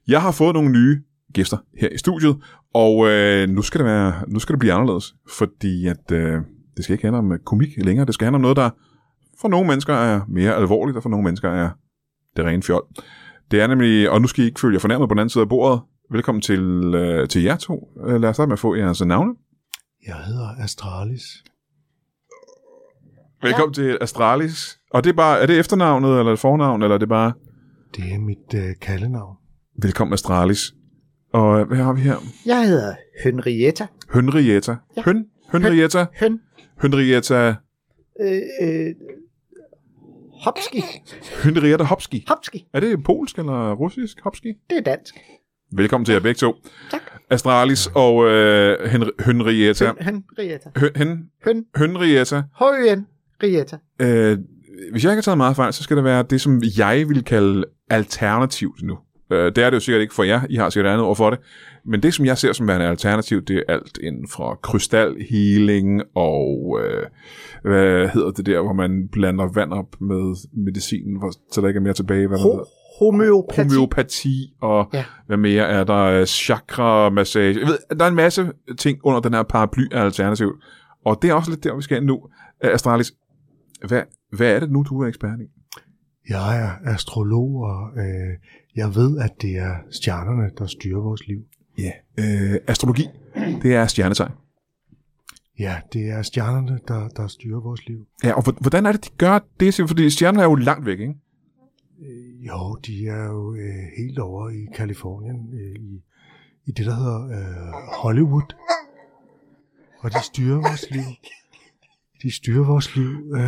[SPEAKER 1] Jeg har fået nogle nye gæster her i studiet, og øh, nu, skal det være, nu skal det blive anderledes, fordi at, øh, det skal ikke handle om øh, komik længere, det skal handle om noget, der for nogle mennesker er mere alvorligt, og for nogle mennesker er det rene fjol. Det er nemlig, og nu skal I ikke føle jer fornærmet på den anden side af bordet, velkommen til, øh, til jer to. Øh, Lad os starte med at få jeres navne.
[SPEAKER 3] Jeg hedder Astralis.
[SPEAKER 1] Velkommen ja. til Astralis. Og det er, bare, er det efternavnet, eller er det fornavn, eller er det bare...
[SPEAKER 3] Det er mit øh, kaldenavn.
[SPEAKER 1] Velkommen Astralis. Og øh, hvad har vi her?
[SPEAKER 2] Jeg hedder Henrietta.
[SPEAKER 1] Henrietta. Ja. Høn? Henrietta?
[SPEAKER 2] Høn.
[SPEAKER 1] Henrietta...
[SPEAKER 2] Øh, øh, Hopski.
[SPEAKER 1] Henrietta Hopski.
[SPEAKER 2] Hopski.
[SPEAKER 1] Er det polsk eller russisk Hopski?
[SPEAKER 2] Det er dansk.
[SPEAKER 1] Velkommen til jer begge to.
[SPEAKER 2] Tak.
[SPEAKER 1] Astralis og øh, Henri- Henrietta.
[SPEAKER 2] Høn, Henrietta.
[SPEAKER 1] Høn, hen,
[SPEAKER 2] Høn.
[SPEAKER 1] Henrietta.
[SPEAKER 2] Højen. Rietta.
[SPEAKER 1] Øh, hvis jeg ikke har taget meget fejl, så skal det være det, som jeg vil kalde alternativt nu. Øh, det er det jo sikkert ikke for jer. I har sikkert andet ord for det. Men det, som jeg ser som værende alternativ, det er alt inden fra krystalhealing og... Øh, hvad hedder det der, hvor man blander vand op med medicinen, hvor, så der ikke er mere tilbage? Hvad
[SPEAKER 2] Ho- homeopati.
[SPEAKER 1] homeopati og ja.
[SPEAKER 2] Ja.
[SPEAKER 1] hvad mere er der, øh, chakra-massage. Jeg ved, der er en masse ting under den her paraply af alternativ. Og det er også lidt der, vi skal hen nu. Øh, Astralis, hvad, hvad er det nu, du er ekspert i?
[SPEAKER 3] Jeg er astrolog, og øh, jeg ved, at det er stjernerne, der styrer vores liv.
[SPEAKER 1] Ja. Yeah. Øh, astrologi, det er stjernetegn.
[SPEAKER 3] Ja, det er stjernerne, der, der styrer vores liv.
[SPEAKER 1] Ja, og hvor- hvordan er det, de gør det? siger- Fordi stjerner er jo langt væk, ikke?
[SPEAKER 3] Øh, Jo, de er jo øh, helt over i Kalifornien, øh, i, i det, der hedder øh, Hollywood. Og de styrer vores liv. De styrer vores liv øh,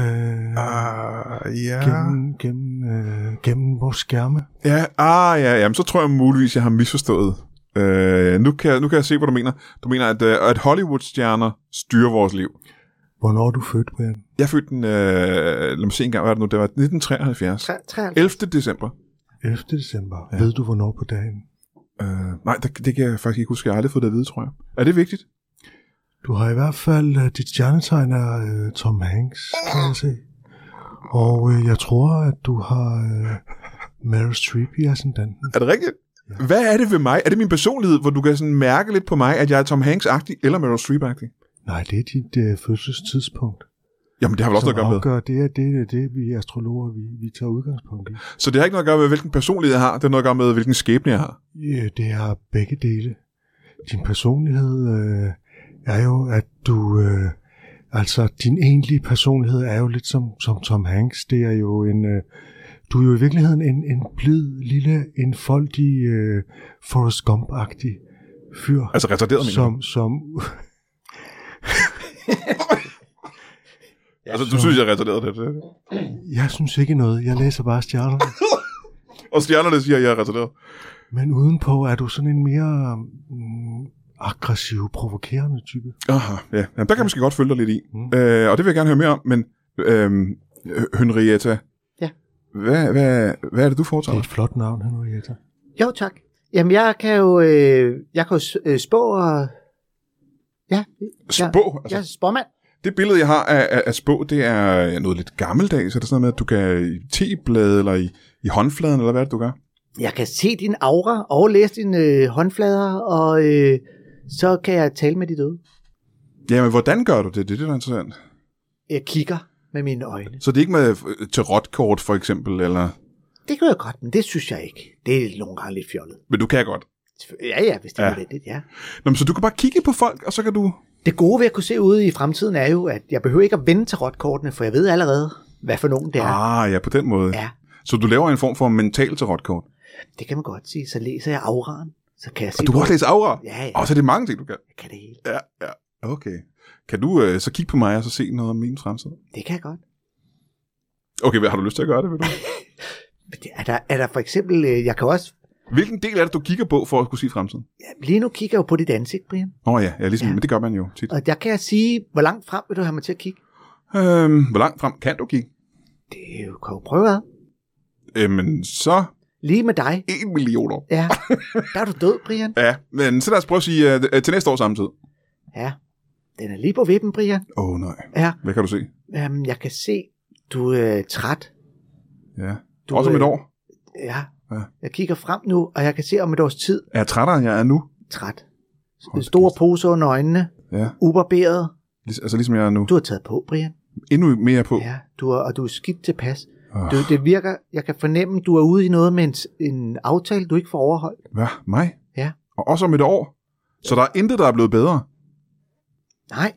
[SPEAKER 1] Ah, ja.
[SPEAKER 3] gennem, gennem, øh, gennem vores skærme.
[SPEAKER 1] Ja, ah, ja, jamen, så tror jeg muligvis, jeg har misforstået. Øh, nu, kan, nu kan jeg se, hvad du mener. Du mener, at, øh, at Hollywood-stjerner styrer vores liv.
[SPEAKER 3] Hvornår er du født, Brian?
[SPEAKER 1] Jeg fødte den, øh, lad mig se en gang, hvad er det nu, det var 1973.
[SPEAKER 2] Tre- 93.
[SPEAKER 1] 11. december.
[SPEAKER 3] 11. december. Ja. Ved du, hvornår på dagen?
[SPEAKER 1] Øh, nej, det, det kan jeg faktisk ikke huske. Jeg har aldrig fået det at vide, tror jeg. Er det vigtigt?
[SPEAKER 3] Du har i hvert fald, øh, dit stjernetegn er øh, Tom Hanks, kan jeg se. Og øh, jeg tror, at du har øh, Meryl Streep i ascendanten.
[SPEAKER 1] Er det rigtigt? Hvad er det ved mig? Er det min personlighed, hvor du kan sådan mærke lidt på mig, at jeg er Tom Hanks-agtig eller Meryl Streep-agtig?
[SPEAKER 3] Nej, det er dit øh, fødselstidspunkt.
[SPEAKER 1] Jamen, det har vel også
[SPEAKER 3] som
[SPEAKER 1] noget at gøre med.
[SPEAKER 3] afgør, det er det, er det vi astrologer, vi, vi tager udgangspunkt i.
[SPEAKER 1] Så det har ikke noget at gøre med, hvilken personlighed jeg har. Det har noget at gøre med, hvilken skæbne jeg har.
[SPEAKER 3] Ja, det har begge dele. Din personlighed øh, er jo, at du... Øh, altså, din egentlige personlighed er jo lidt som, som Tom Hanks. Det er jo en... Øh, du er jo i virkeligheden en, en blid, lille, enfoldig øh, Forrest Gump-agtig fyr.
[SPEAKER 1] Altså retarderet, mener
[SPEAKER 3] som, som,
[SPEAKER 1] du? Altså, du synes, jeg er retarderet, det, er det.
[SPEAKER 3] jeg synes ikke noget. Jeg læser bare stjernerne.
[SPEAKER 1] Og stjernerne siger, at jeg er retarderet.
[SPEAKER 3] Men udenpå er du sådan en mere mm, aggressiv, provokerende type.
[SPEAKER 1] Aha, ja. Jamen, der kan man måske godt følge dig lidt i. Mm.
[SPEAKER 3] Mm.
[SPEAKER 1] Øh, og det vil jeg gerne høre mere om, men øhm, Henrietta,
[SPEAKER 2] Ja.
[SPEAKER 1] hvad, hvad, hvad er det, du
[SPEAKER 3] Det er
[SPEAKER 1] foretager?
[SPEAKER 3] et flot navn, Henrietta.
[SPEAKER 2] Jo, tak. Jamen, jeg kan jo, øh, jeg kan jo s- øh, spå og... Ja,
[SPEAKER 1] Spå?
[SPEAKER 2] jeg er
[SPEAKER 1] Altså,
[SPEAKER 2] spåmand.
[SPEAKER 1] det billede, jeg har af, af, af spå, det er noget lidt gammeldags. Er det sådan noget med, at du kan i teblade eller i, i håndfladen, eller hvad er det, du gør?
[SPEAKER 2] Jeg kan se din aura og læse dine øh, håndflader, og øh, så kan jeg tale med de døde.
[SPEAKER 1] Jamen, hvordan gør du det? Det er det, der er interessant.
[SPEAKER 2] Jeg kigger med mine øjne.
[SPEAKER 1] Så det er ikke med øh, tarotkort, for eksempel, eller...
[SPEAKER 2] Det gør jeg godt, men det synes jeg ikke. Det er nogle gange lidt fjollet.
[SPEAKER 1] Men du kan godt.
[SPEAKER 2] Selvfø- Ja, ja, hvis det er
[SPEAKER 1] Ja.
[SPEAKER 2] ja. nødvendigt, ja.
[SPEAKER 1] Nå, men så du kan bare kigge på folk, og så kan du...
[SPEAKER 2] Det gode ved at kunne se ude i fremtiden er jo, at jeg behøver ikke at vende tarotkortene, for jeg ved allerede, hvad for nogen det er.
[SPEAKER 1] Ah, ja, på den måde.
[SPEAKER 2] Ja,
[SPEAKER 1] Så du laver en form for mental tarotkort.
[SPEAKER 2] det kan man godt sige. Så læser jeg auraen, så kan jeg se...
[SPEAKER 1] Og du kan også læse aura.
[SPEAKER 2] Ja, ja.
[SPEAKER 1] Og så er det mange ting, du kan.
[SPEAKER 2] Jeg kan det hele.
[SPEAKER 1] Ja, ja. Okay. Kan du øh, så kigge på mig og så se noget om min fremtid?
[SPEAKER 2] Det kan jeg godt.
[SPEAKER 1] Okay, hvad- har du lyst til at gøre det? Ved du?
[SPEAKER 2] Men det- Er der, er der for eksempel... øh, Jeg kan også...
[SPEAKER 1] Hvilken del er det, du kigger på for at kunne se fremtiden?
[SPEAKER 2] ja, Lige nu kigger jeg jo på dit ansigt, Brian.
[SPEAKER 1] Åh oh, ja, ja, ligesom, ja,
[SPEAKER 2] Ja.
[SPEAKER 1] men det gør man jo tit.
[SPEAKER 2] Og der kan jeg sige, hvor langt frem vil du have mig til at kigge?
[SPEAKER 1] Øhm, hvor langt frem kan du kigge?
[SPEAKER 2] Det er jo, kan jo prøve ad.
[SPEAKER 1] Jamen, så
[SPEAKER 2] Lige med dig.
[SPEAKER 1] 1 million år.
[SPEAKER 2] Ja. Der er du død, Brian.
[SPEAKER 1] Ja, men så lad os prøve at sige uh, til næste år samtidig.
[SPEAKER 2] Ja. Den er lige på vippen, Brian.
[SPEAKER 1] Åh oh, nej.
[SPEAKER 2] Ja.
[SPEAKER 1] Hvad kan du se?
[SPEAKER 2] Øhm, jeg kan se, du er øh, træt.
[SPEAKER 1] Ja.
[SPEAKER 2] Du,
[SPEAKER 1] Du, Også om et
[SPEAKER 2] øh,
[SPEAKER 1] år.
[SPEAKER 2] Ja.
[SPEAKER 1] Ja.
[SPEAKER 2] Jeg kigger frem nu, og jeg kan se om et års tid
[SPEAKER 1] Er jeg trættere, end jeg er nu?
[SPEAKER 2] træt.
[SPEAKER 1] Hold
[SPEAKER 2] Store poser under øjnene.
[SPEAKER 1] Ja.
[SPEAKER 2] Ubarberet.
[SPEAKER 1] Liges- Altså ligesom jeg er nu.
[SPEAKER 2] Du har taget på, Brian.
[SPEAKER 1] Endnu mere på. Ah.
[SPEAKER 2] Ja. Du er, og du er skidt tilpas.
[SPEAKER 1] Åh,
[SPEAKER 2] Du, det virker, jeg kan fornemme, du er ude i noget med en, en aftale, du ikke får overholdt.
[SPEAKER 1] Hvad? Mig?
[SPEAKER 2] Ja.
[SPEAKER 1] Og også om et år. Så der er intet, der er blevet bedre.
[SPEAKER 2] Nej,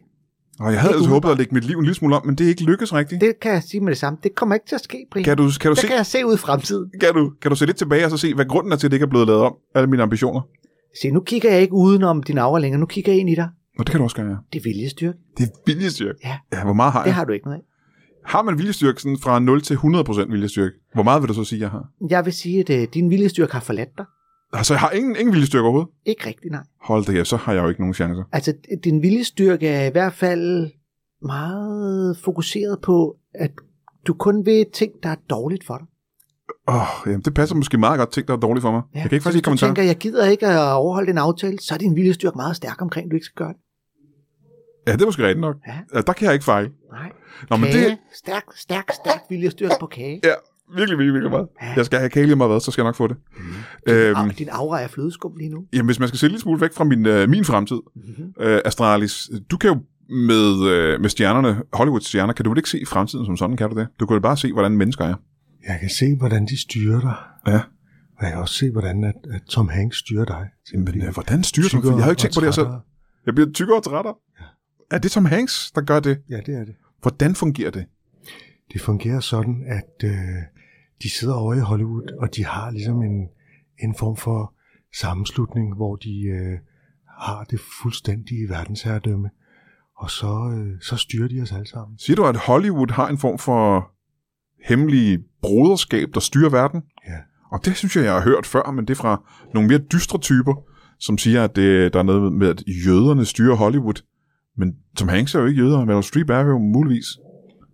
[SPEAKER 1] Og jeg havde
[SPEAKER 2] Det er
[SPEAKER 1] altså håbet at lægge mit liv en lille smule om, men det er ikke lykkedes rigtigt.
[SPEAKER 2] det kan jeg sige med det samme. Det kommer ikke til at ske, Brian.
[SPEAKER 1] Kan du, kan du
[SPEAKER 2] det
[SPEAKER 1] se
[SPEAKER 2] kan jeg se ud i fremtiden.
[SPEAKER 1] kan du, kan du se lidt tilbage og så se, hvad grunden er til, at det ikke er blevet lavet om? Alle mine ambitioner.
[SPEAKER 2] Se, nu kigger jeg ikke udenom din aura længere. Nu kigger jeg ind i dig.
[SPEAKER 1] Og det kan du også gøre, ja.
[SPEAKER 2] Det er viljestyrke.
[SPEAKER 1] Det er viljestyrke.
[SPEAKER 2] Ja.
[SPEAKER 1] ja hvor meget har
[SPEAKER 2] Det
[SPEAKER 1] jeg? Har...
[SPEAKER 2] har du ikke noget af.
[SPEAKER 1] har man viljestyrke sådan fra 0 til 100% viljestyrke? Hvor meget vil du så sige, jeg har?
[SPEAKER 2] Jeg vil sige, at øh, din viljestyrke har forladt dig.
[SPEAKER 1] Altså, jeg har ingen, ingen viljestyrke overhovedet?
[SPEAKER 2] Ikke rigtigt, nej.
[SPEAKER 1] Hold da kæft, så har jeg jo ikke nogen chancer.
[SPEAKER 2] Altså, d- din viljestyrke er i hvert fald meget fokuseret på, at du kun vil ting, der er dårligt for dig.
[SPEAKER 1] Åh, oh, jamen, det passer måske meget godt ting, der er dårligt for mig. Ja, jeg kan ikke
[SPEAKER 2] så
[SPEAKER 1] faktisk ikke
[SPEAKER 2] hvis du
[SPEAKER 1] kommentere.
[SPEAKER 2] tænker, jeg gider ikke at overholde en aftale, så er din viljestyrke meget stærk omkring, du ikke skal gøre det.
[SPEAKER 1] Ja, det er måske rigtigt nok.
[SPEAKER 2] Ja,
[SPEAKER 1] Altså, der kan jeg ikke fejle.
[SPEAKER 2] nej.
[SPEAKER 1] Nå, men det
[SPEAKER 2] Kage.
[SPEAKER 1] er
[SPEAKER 2] Stærk, stærk, stærk viljestyrke på kage.
[SPEAKER 1] virkelig, virkelig, virkelig meget.
[SPEAKER 2] Ja.
[SPEAKER 1] Jeg skal have kage lige meget hvad, så skal jeg nok få det. Mm. Øhm,
[SPEAKER 2] Øhm. Din aura er flødeskum lige nu.
[SPEAKER 1] jamen, hvis man skal se lidt smule væk fra min, øh, min fremtid,
[SPEAKER 2] Mm-hmm.
[SPEAKER 1] øh, Astralis, du kan jo med, øh, med stjernerne, Hollywood-stjerner, kan du vel ikke se fremtiden som sådan, kan du det? Du kan jo bare se, hvordan mennesker er.
[SPEAKER 3] Jeg kan se, hvordan de styrer dig.
[SPEAKER 1] Ja.
[SPEAKER 3] Og jeg kan også se, hvordan at, at Tom Hanks styrer dig. til at
[SPEAKER 1] Men
[SPEAKER 3] blive
[SPEAKER 1] øh, hvordan styrer du?
[SPEAKER 3] tykkere
[SPEAKER 1] Jeg har jo ikke
[SPEAKER 3] og
[SPEAKER 1] tænkt på det her selv.
[SPEAKER 3] trættere.
[SPEAKER 1] Jeg bliver tykkere og trættere. Er det Tom Hanks, der gør det?
[SPEAKER 3] Ja, det er det.
[SPEAKER 1] Hvordan fungerer det?
[SPEAKER 3] Det fungerer sådan, at øh, de sidder over i Hollywood, og de har ligesom en, en form for sammenslutning, hvor de øh, har det fuldstændige verdensherredømme. Og så, øh, så styrer de os alle sammen.
[SPEAKER 1] Siger du, at Hollywood har en form for hemmelig broderskab, der styrer verden?
[SPEAKER 3] Ja.
[SPEAKER 1] Og det synes jeg, jeg har hørt før, men det er fra nogle mere dystre typer, som siger, at det, der er noget med, at jøderne styrer Hollywood. Men Tom Hanks er jo ikke jøder, Meryl Streep er jo muligvis.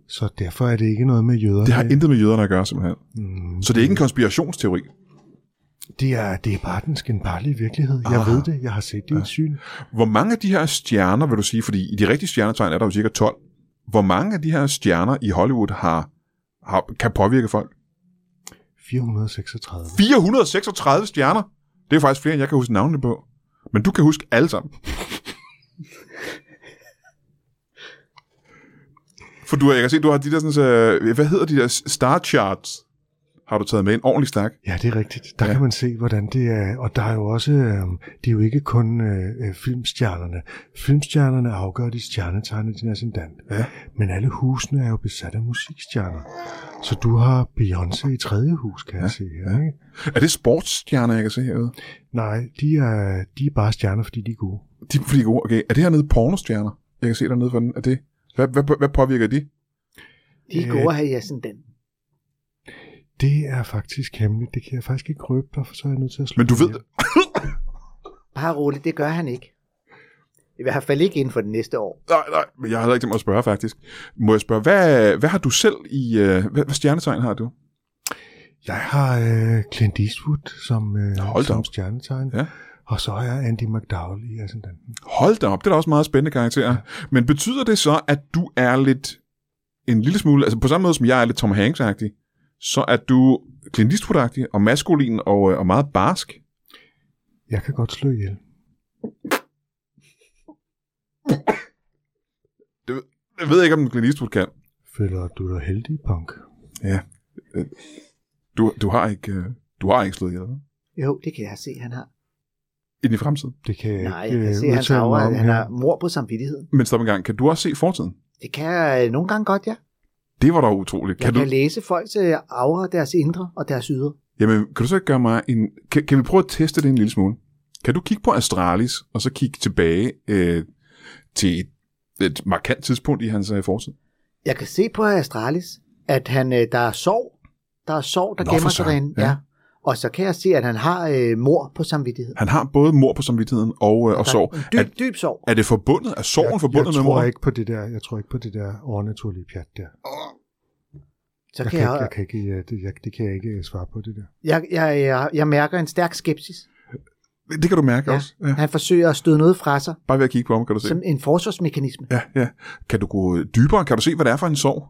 [SPEAKER 3] Så derfor er det ikke noget med jøder.
[SPEAKER 1] Det har intet med jøderne at gøre, simpelthen.
[SPEAKER 3] mm,
[SPEAKER 1] Så det er ikke en konspirationsteori.
[SPEAKER 3] det, er, det er bare den skinbarlige virkelighed. Jeg
[SPEAKER 1] Ah.
[SPEAKER 3] ved det. Jeg har set det i et syn.
[SPEAKER 1] Hvor mange af de her stjerner, vil du sige, fordi i de rigtige stjernetegn er der jo cirka 12. Hvor mange af de her stjerner i Hollywood har, har kan påvirke folk?
[SPEAKER 3] 436.
[SPEAKER 1] 436 stjerner! Det er faktisk flere, end jeg kan huske navnene på. Men du kan huske alle sammen. For du, har- jeg kan se, du har de der sådan, øh, hvad hedder de der star charts, har du taget med en ordentlig stak.
[SPEAKER 3] Ja, det er rigtigt. Der
[SPEAKER 1] Ja.
[SPEAKER 3] ja. kan man se, hvordan det er. Og der er jo også, øh, det er jo ikke kun øh, øh, filmstjernerne. Filmstjernerne afgør de stjernetegnet til ascendant.
[SPEAKER 1] Ja.
[SPEAKER 3] Men alle husene er jo besat af musikstjerner. Så du har Beyoncé i tredje hus, kan ja. jeg se her. Ja. Ikke?
[SPEAKER 1] Er det sportsstjerner, jeg kan se herude?
[SPEAKER 3] Nej, de er, de er bare stjerner, fordi de er gode.
[SPEAKER 1] De er fordi de er gode. Okay, er det hernede pornostjerner? Jeg kan se dernede for den. Er det? Hvad, hvad, hvad påvirker de?
[SPEAKER 2] De er
[SPEAKER 3] Øh.
[SPEAKER 2] gode at have i ascendanten.
[SPEAKER 3] Det er faktisk hemmeligt. Det kan jeg faktisk ikke røbe dig, for så er jeg nødt til at slå
[SPEAKER 1] Men du ved,
[SPEAKER 2] Bare roligt, det gør han ikke. I hvert fald ikke inden for det næste år.
[SPEAKER 1] nej, nej, men jeg har heller ikke tænkt mig at spørge, faktisk. Må jeg spørge, hvad, hvad har du selv i, øh, hvad, hvad stjernetegn har du?
[SPEAKER 3] Jeg har øh, Clint Eastwood som, øh,
[SPEAKER 1] Hold da
[SPEAKER 3] som
[SPEAKER 1] op.
[SPEAKER 3] stjernetegn.
[SPEAKER 1] Ja.
[SPEAKER 3] Og så har jeg Andy McDowell i ascendanten.
[SPEAKER 1] Hold da op, det er da også meget spændende karakterer. Men betyder det så, at du er lidt, en lille smule, altså på samme måde som jeg er lidt Tom hanks så er du Clint Eastwood-agtig og maskulin og, øh, og meget barsk?
[SPEAKER 3] Jeg kan godt slå ihjel.
[SPEAKER 1] Jeg ved ikke, om Clint Eastwood kan.
[SPEAKER 3] Føler du dig heldig, punk?
[SPEAKER 1] Du, du har ikke, øh, du har ikke slået ihjel, hva'?
[SPEAKER 2] Jo, det kan jeg se, han har.
[SPEAKER 1] ind i fremtiden.
[SPEAKER 3] Det kan jeg
[SPEAKER 2] Nej,
[SPEAKER 3] ikke
[SPEAKER 2] jeg kan
[SPEAKER 3] øh,
[SPEAKER 2] se, hans
[SPEAKER 3] udtale mig
[SPEAKER 2] aura,
[SPEAKER 3] om
[SPEAKER 2] at han
[SPEAKER 3] her.
[SPEAKER 2] har mor på samvittigheden.
[SPEAKER 1] Men stop en gang, kan du også se fortiden?
[SPEAKER 2] Det kan jeg øh, nogle gange godt, ja.
[SPEAKER 1] Det var da utroligt.
[SPEAKER 2] Jeg kan,
[SPEAKER 1] du...
[SPEAKER 2] kan læse folks øh, aura, deres indre og deres ydre.
[SPEAKER 1] Jamen, kan du så ikke gøre mig en... Kan, kan vi prøve at teste det en lille smule? Kan du kigge på Astralis, og så kigge tilbage øh, til et, et markant tidspunkt i hans øh, fortid?
[SPEAKER 2] Jeg kan se på Astralis, at han, øh, der er sorg. Der er sorg, der
[SPEAKER 1] Nå,
[SPEAKER 2] gemmer
[SPEAKER 1] for
[SPEAKER 2] sig
[SPEAKER 1] søren.
[SPEAKER 2] derinde.
[SPEAKER 1] Ja.
[SPEAKER 2] Ja. Og så kan jeg se, at han har øh, mor på samvittighed.
[SPEAKER 1] Han har både mor på samvittigheden og, øh, og sorg.
[SPEAKER 2] En
[SPEAKER 1] Er,
[SPEAKER 2] Dyb, dyb sorg.
[SPEAKER 1] er det forbundet? Er sorgen
[SPEAKER 3] jeg
[SPEAKER 1] forbundet med
[SPEAKER 3] tror
[SPEAKER 1] mor?
[SPEAKER 3] ikke på det der, jeg tror ikke på det der overnaturlige pjat der.
[SPEAKER 2] Så kan
[SPEAKER 3] Jeg kan, ikke,
[SPEAKER 2] jeg,
[SPEAKER 3] jeg kan ikke, ja, det, jeg, det kan jeg ikke øh, svare på det der.
[SPEAKER 2] jeg, jeg, jeg, jeg mærker en stærk skepsis.
[SPEAKER 1] Det kan du mærke
[SPEAKER 2] Ja.
[SPEAKER 1] også. Ja.
[SPEAKER 2] Han forsøger at støde noget fra sig,
[SPEAKER 1] Bare ved at kigge på ham, kan du se.
[SPEAKER 2] som en forsvarsmekanisme.
[SPEAKER 1] Ja, ja. Kan du gå øh, dybere? Kan du se, hvad det er for en sorg?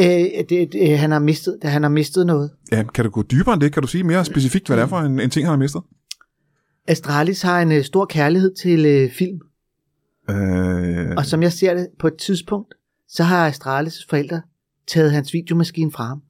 [SPEAKER 2] Øh, det, det, han, har mistet, det, han har mistet noget.
[SPEAKER 1] Ja, kan du gå dybere end det? Kan du sige mere specifikt, hvad det er for en, en ting, han har mistet?
[SPEAKER 2] Astralis har en øh, stor kærlighed til øh, film,
[SPEAKER 1] Øh,
[SPEAKER 2] og som jeg ser det på et tidspunkt, så har Astralis' forældre taget hans videomaskine fra ham.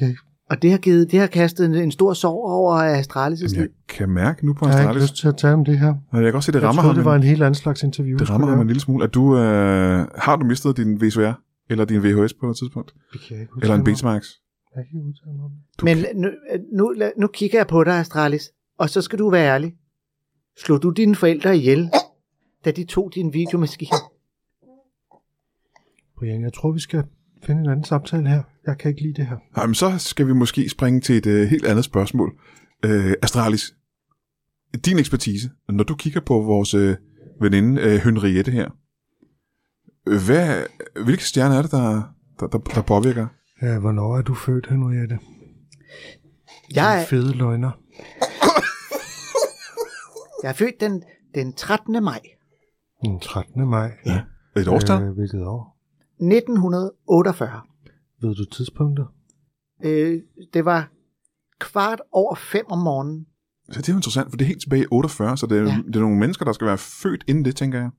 [SPEAKER 3] Jeg,
[SPEAKER 2] Og det har, givet, det har kastet en, en stor sorg over Astralis'
[SPEAKER 1] jamen,
[SPEAKER 2] liv.
[SPEAKER 1] jeg kan mærke nu på
[SPEAKER 3] jeg har ikke
[SPEAKER 1] Astralis.
[SPEAKER 3] lyst til at tale om det her.
[SPEAKER 1] Jeg kan godt se, det
[SPEAKER 3] jeg
[SPEAKER 1] rammer
[SPEAKER 3] troede,
[SPEAKER 1] ham.
[SPEAKER 3] det var en helt anden slags interview.
[SPEAKER 1] Det rammer ham en lille smule. Er du, øh, har du mistet din VCR? Eller din VHS på noget tidspunkt?
[SPEAKER 3] lille,
[SPEAKER 1] Eller en Betamax?
[SPEAKER 3] Jeg kan ikke udtale mig om det.
[SPEAKER 1] Du
[SPEAKER 2] Men
[SPEAKER 1] kan-
[SPEAKER 2] nu, nu, la- nu kigger jeg på dig, Astralis, og så skal du være ærlig. Slog du dine forældre ihjel, da de tog din videomaskine?
[SPEAKER 3] Brian, jeg tror, vi skal finde en anden samtale her. Jeg kan ikke lide det her.
[SPEAKER 1] Jamen, så skal vi måske springe til et øh, helt andet spørgsmål. Øh, Astralis, din ekspertise, når du kigger på vores øh, veninde øh, Henriette her, øh, hvad, hvilke stjerner er det, der, der, der, der påvirker?
[SPEAKER 3] Ja, hvornår er du født, Henriette?
[SPEAKER 2] Jeg
[SPEAKER 3] Din
[SPEAKER 2] er,
[SPEAKER 3] Fede løgner.
[SPEAKER 2] jeg er født den, den 13. maj
[SPEAKER 3] Den 13. maj.
[SPEAKER 1] Ja. Et årstal? Øh.
[SPEAKER 3] Øh, hvilket år?
[SPEAKER 2] 1948.
[SPEAKER 3] Ved du tidspunkter?
[SPEAKER 2] Øh, det var kvart over fem om morgenen.
[SPEAKER 1] Så det er jo interessant, for det er helt tilbage i 48, så det er, ja.
[SPEAKER 2] Ja.
[SPEAKER 1] det er nogle mennesker, der skal være født inden det, tænker jeg.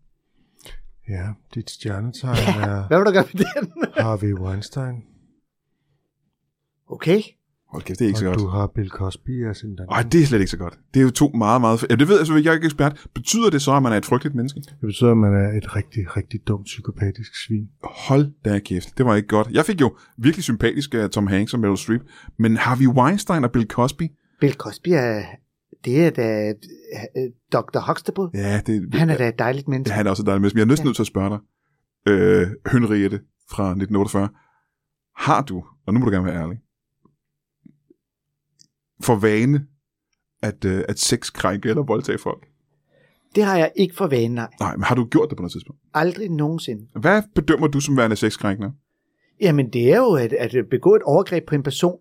[SPEAKER 3] Ja, dit stjernetegn er
[SPEAKER 2] Hvad vil du gøre med den?
[SPEAKER 3] Harvey (laughs) Weinstein,
[SPEAKER 2] (laughs) Okay.
[SPEAKER 1] Hold kæft, det er ikke så
[SPEAKER 3] og
[SPEAKER 1] godt.
[SPEAKER 3] du har Bill Cosby af sin
[SPEAKER 1] Nej,
[SPEAKER 3] det...
[SPEAKER 1] det er slet ikke så godt. Det er jo to meget, meget... Ja, det ved jeg selvfølgelig, jeg er ikke ekspert. Betyder det så, at man er et frygteligt menneske?
[SPEAKER 3] det betyder, at man er et rigtig, rigtig dumt psykopatisk svin.
[SPEAKER 1] Hold da kæft, det var ikke godt. Jeg fik jo virkelig sympatisk af Tom Hanks og Meryl Streep, men Harvey Weinstein og Bill Cosby,
[SPEAKER 2] Bill Cosby er... Det er da øh, Dr. Huxtable.
[SPEAKER 1] ja, det,
[SPEAKER 2] Han er da et dejligt
[SPEAKER 1] det,
[SPEAKER 2] menneske.
[SPEAKER 1] han er også dejligt Men jeg er næsten
[SPEAKER 2] Ja.
[SPEAKER 1] nødt til at spørge dig, øh, Henriette fra 1948, har du, og nu må du gerne være ærlig, for vane at, øh, at sex krænke eller voldtage folk?
[SPEAKER 2] Det har jeg ikke for vane, nej.
[SPEAKER 1] Nej, men har du gjort det på noget tidspunkt?
[SPEAKER 2] Aldrig nogensinde.
[SPEAKER 1] Hvad bedømmer du som værende sexkrænkende?
[SPEAKER 2] Jamen, det er jo at, at begå et overgreb på en person,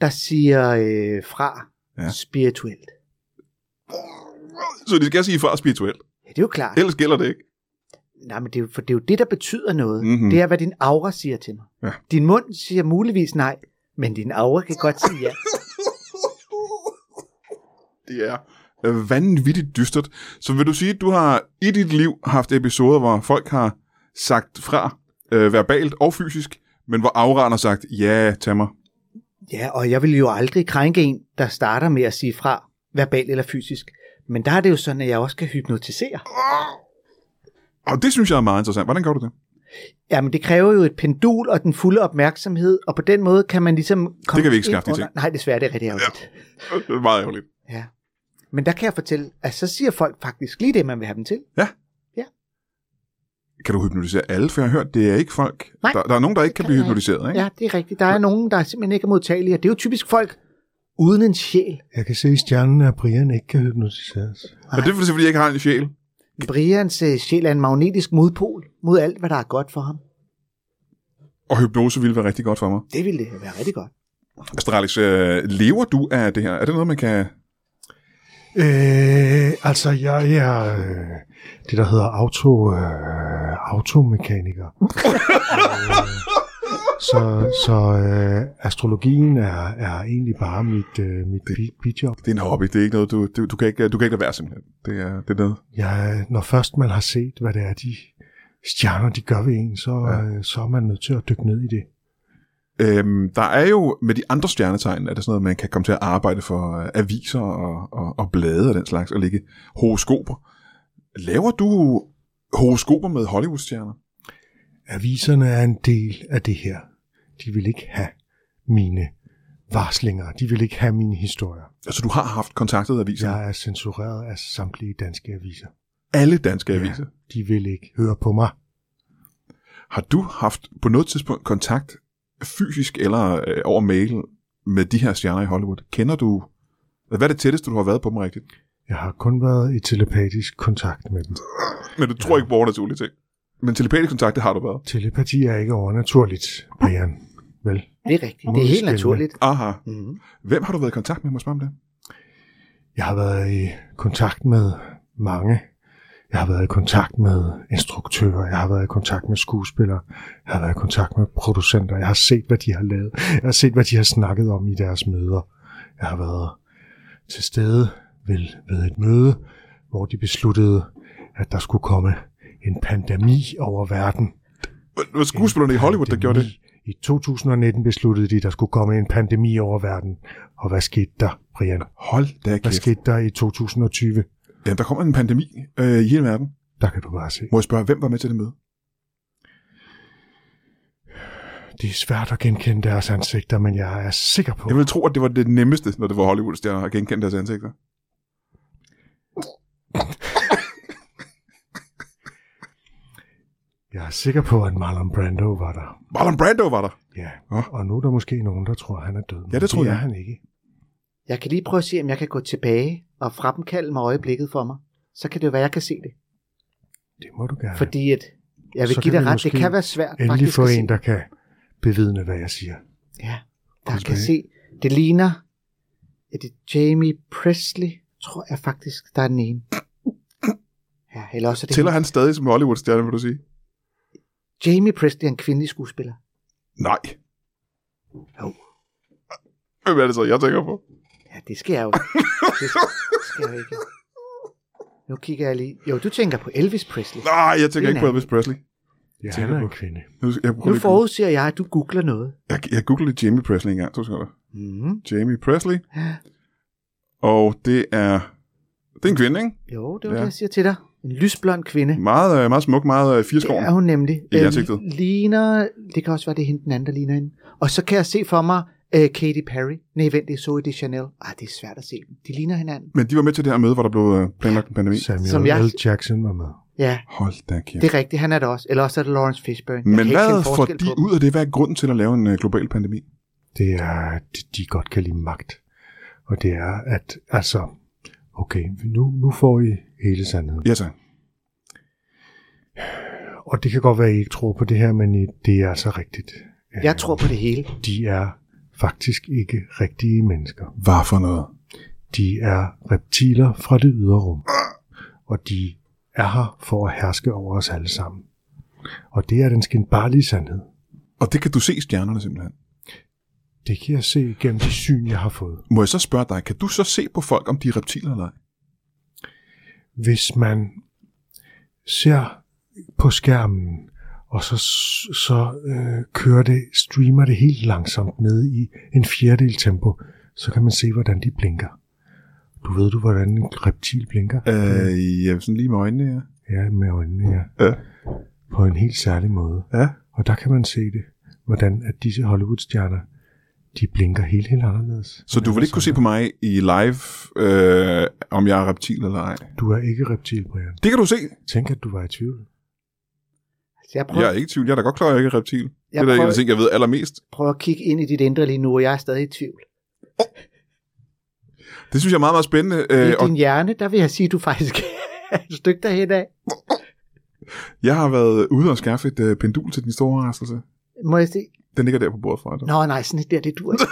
[SPEAKER 2] der siger øh, fra
[SPEAKER 1] Ja.
[SPEAKER 2] ja. spirituelt.
[SPEAKER 1] Så de skal sige fra spirituelt.
[SPEAKER 2] Ja, det er jo klart.
[SPEAKER 1] Ellers gælder det ikke.
[SPEAKER 2] Nej, men det er, jo- for det er jo det, der betyder noget.
[SPEAKER 1] Mhm.
[SPEAKER 2] Mm-hmm. Det er, hvad din aura siger til mig.
[SPEAKER 1] Ja.
[SPEAKER 2] Din mund siger muligvis nej, men din aura kan godt sige
[SPEAKER 1] (laughs)
[SPEAKER 2] ja.
[SPEAKER 1] Det er øh, vanvittigt dystert. Så vil du sige, at du har i dit liv haft episoder, hvor folk har sagt fra, øh, verbalt og fysisk, men hvor afrørende har sagt, ja, tag mig.
[SPEAKER 2] Ja, og jeg vil jo aldrig krænke en, der starter med at sige fra, verbalt eller fysisk. Men der er det jo sådan, at jeg også kan hypnotisere.
[SPEAKER 1] Og det synes jeg er meget interessant. Hvordan gør du det?
[SPEAKER 2] Jamen, det kræver jo et pendul og den fulde opmærksomhed, og på den måde kan man ligesom... Komme
[SPEAKER 1] Det kan vi ikke
[SPEAKER 2] ind
[SPEAKER 1] skaffe de
[SPEAKER 2] under-
[SPEAKER 1] ting.
[SPEAKER 2] Nej, desværre, det er rigtig ærgerligt.
[SPEAKER 1] Det er meget ærgerligt.
[SPEAKER 2] Ja. ja. Men der kan jeg fortælle, at så siger folk faktisk lige det, man vil have dem til.
[SPEAKER 1] Kan du hypnotisere alle? For jeg har hørt, det er ikke folk.
[SPEAKER 2] Nej,
[SPEAKER 1] der, der er nogen, der ikke kan
[SPEAKER 2] kan
[SPEAKER 1] blive
[SPEAKER 2] jeg ikke.
[SPEAKER 1] hypnotiseret. Ikke?
[SPEAKER 2] Ja, det er rigtigt. Der er nogen, der simpelthen ikke er modtagelige, og det er jo typisk folk uden en sjæl.
[SPEAKER 3] Jeg kan se i stjernen, at Brian ikke kan hypnotiseres.
[SPEAKER 1] Og det er fordi, jeg ikke har en sjæl.
[SPEAKER 2] Brians øh, sjæl er en magnetisk modpol mod alt, hvad der er godt for ham.
[SPEAKER 1] Og hypnose ville være rigtig godt for mig.
[SPEAKER 2] Det ville det være rigtig godt.
[SPEAKER 1] Astralis, øh, lever du af det her? Er det noget, man kan...
[SPEAKER 3] Øh, altså, jeg er øh, det, der hedder auto, øh, (laughs) automekaniker. øh, så så øh, astrologien er, er egentlig bare mit, øh, mit bi- bijob.
[SPEAKER 1] Det er en hobby, det er ikke noget, du, du, du, kan, ikke, du kan ikke lade være simpelthen. Det er, det er noget.
[SPEAKER 3] Jeg, når først man har set, hvad det er, de stjerner, de gør ved en, så,
[SPEAKER 1] Ja.
[SPEAKER 3] ja. øh, så er man nødt til at dykke ned i det.
[SPEAKER 1] Øhm, der er jo med de andre stjernetegn, er der sådan noget, man kan komme til at arbejde for øh, aviser og, og, og blade og den slags, og lægge horoskoper. Laver du horoskoper med Hollywood-stjerner?
[SPEAKER 3] Aviserne er en del af det her. De vil ikke have mine varslinger. De vil ikke have mine historier.
[SPEAKER 1] Altså, du har haft kontaktet aviser. Ja.
[SPEAKER 3] Jeg er censureret af samtlige danske aviser.
[SPEAKER 1] Alle danske
[SPEAKER 3] Ja.
[SPEAKER 1] aviser.
[SPEAKER 3] De vil ikke høre på mig.
[SPEAKER 1] Har du haft på noget tidspunkt kontakt fysisk eller øh, over mail med de her stjerner i Hollywood? Kender du... Hvad er det tætteste, du har været på dem rigtigt?
[SPEAKER 3] Jeg har kun været i telepatisk kontakt med dem.
[SPEAKER 1] Men du tror ikke på overnaturlige ting. Men telepatisk kontakt, det har du været.
[SPEAKER 3] Telepati er ikke overnaturligt, Brian. Vel?
[SPEAKER 2] Det er rigtigt. Det er helt
[SPEAKER 3] Spændende.
[SPEAKER 2] naturligt.
[SPEAKER 1] Aha.
[SPEAKER 2] Mm-hmm.
[SPEAKER 1] Hvem har du været i kontakt med? Må jeg spørge om det?
[SPEAKER 3] Jeg har været i kontakt med mange. Jeg har været i kontakt med instruktører, jeg har været i kontakt med skuespillere, jeg har været i kontakt med producenter, jeg har set, hvad de har lavet, jeg har set, hvad de har snakket om i deres møder. Jeg har været til stede ved, ved et møde, hvor de besluttede, at der skulle komme en pandemi over verden.
[SPEAKER 1] Det var skuespillerne i Hollywood, der gjorde det.
[SPEAKER 3] I 2019 besluttede de, at der skulle komme en pandemi over verden. Og hvad skete der, Brian?
[SPEAKER 1] Hold da
[SPEAKER 3] Hvad
[SPEAKER 1] kæft.
[SPEAKER 3] skete der i 2020?
[SPEAKER 1] Ja, der kommer en pandemi øh, i hele verden.
[SPEAKER 3] Der kan du bare se.
[SPEAKER 1] Må jeg spørge, hvem var med til det møde?
[SPEAKER 3] Det er svært at genkende deres ansigter, men jeg er sikker på...
[SPEAKER 1] Jeg vil tro, at det var det nemmeste, når det var Hollywood-stjerner at genkende deres ansigter.
[SPEAKER 3] Jeg er sikker på, at Marlon Brando var der.
[SPEAKER 1] Marlon Brando var der.
[SPEAKER 3] Ja.
[SPEAKER 1] Nå.
[SPEAKER 3] Og nu er der måske nogen, der tror, han er død. men
[SPEAKER 1] det tror
[SPEAKER 3] det
[SPEAKER 1] jeg.
[SPEAKER 3] Er han ikke.
[SPEAKER 2] Jeg kan lige prøve at se, om jeg kan gå tilbage og fremkalde mig øjeblikket for mig. Så kan det jo være, jeg kan se det.
[SPEAKER 3] Det må du gerne.
[SPEAKER 2] Fordi at jeg vil
[SPEAKER 3] Så
[SPEAKER 2] give
[SPEAKER 3] kan
[SPEAKER 2] dig
[SPEAKER 3] vi
[SPEAKER 2] ret. Det
[SPEAKER 3] måske
[SPEAKER 2] kan være svært
[SPEAKER 3] Endelig
[SPEAKER 2] faktisk
[SPEAKER 3] få
[SPEAKER 2] at se.
[SPEAKER 3] en, der kan bevidne, hvad jeg siger.
[SPEAKER 2] Ja, der
[SPEAKER 3] Kom
[SPEAKER 2] kan
[SPEAKER 3] tilbage.
[SPEAKER 2] se. Det ligner, er det Jamie Presley, tror jeg faktisk, der er den ene. Ja, eller også er det
[SPEAKER 1] Tæller han stadig som Hollywood-stjerne, vil du sige?
[SPEAKER 2] Jamie Presley er en kvindelig skuespiller.
[SPEAKER 1] Nej.
[SPEAKER 2] Jo.
[SPEAKER 1] Hvem er det så, jeg tænker på?
[SPEAKER 2] Ja, det skal jeg jo. Det skal, det skal jeg jo ikke. Nu kigger jeg lige. Jo, du tænker på Elvis Presley.
[SPEAKER 1] Nej, jeg tænker
[SPEAKER 2] Det er
[SPEAKER 1] ikke på
[SPEAKER 2] en
[SPEAKER 1] Elvis Presley.
[SPEAKER 3] Ja,
[SPEAKER 1] Tænker
[SPEAKER 3] han er
[SPEAKER 1] på-
[SPEAKER 3] en kvinde.
[SPEAKER 1] Nu, jeg, prøver
[SPEAKER 2] Nu
[SPEAKER 1] lige at-
[SPEAKER 2] forudser jeg, at du googler noget.
[SPEAKER 1] jeg, jeg googlede lige Jamie Presley engang, to sekunder.
[SPEAKER 2] Mm.
[SPEAKER 1] Jamie Presley. Og det er... Det er en kvinde, ikke?
[SPEAKER 2] Jo, det var
[SPEAKER 1] Ja.
[SPEAKER 2] ja. det, jeg siger til dig. En lysblond kvinde.
[SPEAKER 1] Meget, øh, meget smuk, meget øh,
[SPEAKER 2] Det
[SPEAKER 1] firskåren.
[SPEAKER 2] er hun nemlig.
[SPEAKER 1] I
[SPEAKER 2] Øh,
[SPEAKER 1] ansigtet.
[SPEAKER 2] ligner, det kan også være, det er hende den anden, der ligner hende. Og så kan jeg se for mig uh, Katy Perry. Nej, vent, det er Zoe de Chanel. Ah, det er svært at se dem. De ligner hinanden.
[SPEAKER 1] Men de var med til det her møde, hvor der blev øh, planlagt en pandemi.
[SPEAKER 3] Samuel
[SPEAKER 2] Som jeg-
[SPEAKER 3] L. Jackson var med.
[SPEAKER 2] Ja,
[SPEAKER 1] Hold da kæft.
[SPEAKER 2] det er rigtigt. Han er det også. Eller også er det Lawrence Fishburne. Jeg
[SPEAKER 1] Men
[SPEAKER 2] kan ikke
[SPEAKER 1] hvad
[SPEAKER 2] kende
[SPEAKER 1] får
[SPEAKER 2] forskel
[SPEAKER 1] de
[SPEAKER 2] på dem.
[SPEAKER 1] ud af det? Hvad er grunden til at lave en øh, global pandemi?
[SPEAKER 3] det er, at de godt kan lide magt. Og det er, at altså, okay, nu, nu får I hele sandheden.
[SPEAKER 1] Ja, så.
[SPEAKER 3] Og det kan godt være, at I ikke tror på det her, men I- det er altså rigtigt.
[SPEAKER 2] Jeg tror på det hele.
[SPEAKER 3] De er faktisk ikke rigtige mennesker.
[SPEAKER 1] Hvad for noget?
[SPEAKER 3] De er reptiler fra det ydre rum. Og de er her for at herske over os alle sammen. Og det er den skinbarlige sandhed.
[SPEAKER 1] Og det kan du se i stjernerne simpelthen.
[SPEAKER 3] Det kan jeg se gennem de syn, jeg har fået.
[SPEAKER 1] Må jeg så spørge dig, kan du så se på folk, om de er reptiler eller ej?
[SPEAKER 3] hvis man ser på skærmen, og så, så øh, kører det, streamer det helt langsomt ned i en fjerdedel tempo, så kan man se, hvordan de blinker. Du ved du, hvordan en reptil blinker?
[SPEAKER 2] Mm.
[SPEAKER 1] Øh, ja, sådan lige med øjnene, ja.
[SPEAKER 3] Ja, med øjnene, ja.
[SPEAKER 1] Ja.
[SPEAKER 3] På en helt særlig måde.
[SPEAKER 1] ja.
[SPEAKER 3] Og der kan man se det, hvordan at disse Hollywood-stjerner, de blinker helt, helt anderledes.
[SPEAKER 1] Så du vil
[SPEAKER 2] altså-
[SPEAKER 1] ikke kunne se på mig i live, øh, om jeg er reptil eller ej?
[SPEAKER 3] Du er ikke reptil, Brian.
[SPEAKER 1] Det kan du se.
[SPEAKER 3] Tænk, at du var i tvivl.
[SPEAKER 2] Så jeg prøver,
[SPEAKER 1] Jeg er ikke i tvivl. Jeg er da godt klar, at jeg ikke er reptil. det
[SPEAKER 2] jeg
[SPEAKER 1] er da en af de
[SPEAKER 2] prøver,
[SPEAKER 1] ting, jeg ved allermest.
[SPEAKER 2] prøver at kigge ind i dit indre lige nu, og jeg er stadig i tvivl.
[SPEAKER 1] Det synes jeg er meget, meget spændende. Øh,
[SPEAKER 2] I
[SPEAKER 1] og
[SPEAKER 2] din hjerne, der vil jeg sige, at du faktisk (laughs) er et stykke derhen af.
[SPEAKER 1] jeg har været ude og skaffe et øh, pendul til din store overraskelse.
[SPEAKER 2] Må jeg se?
[SPEAKER 1] Den ligger der på bordet for dig.
[SPEAKER 2] Nå nej, sådan et der, det
[SPEAKER 1] (laughs)
[SPEAKER 2] dur ikke.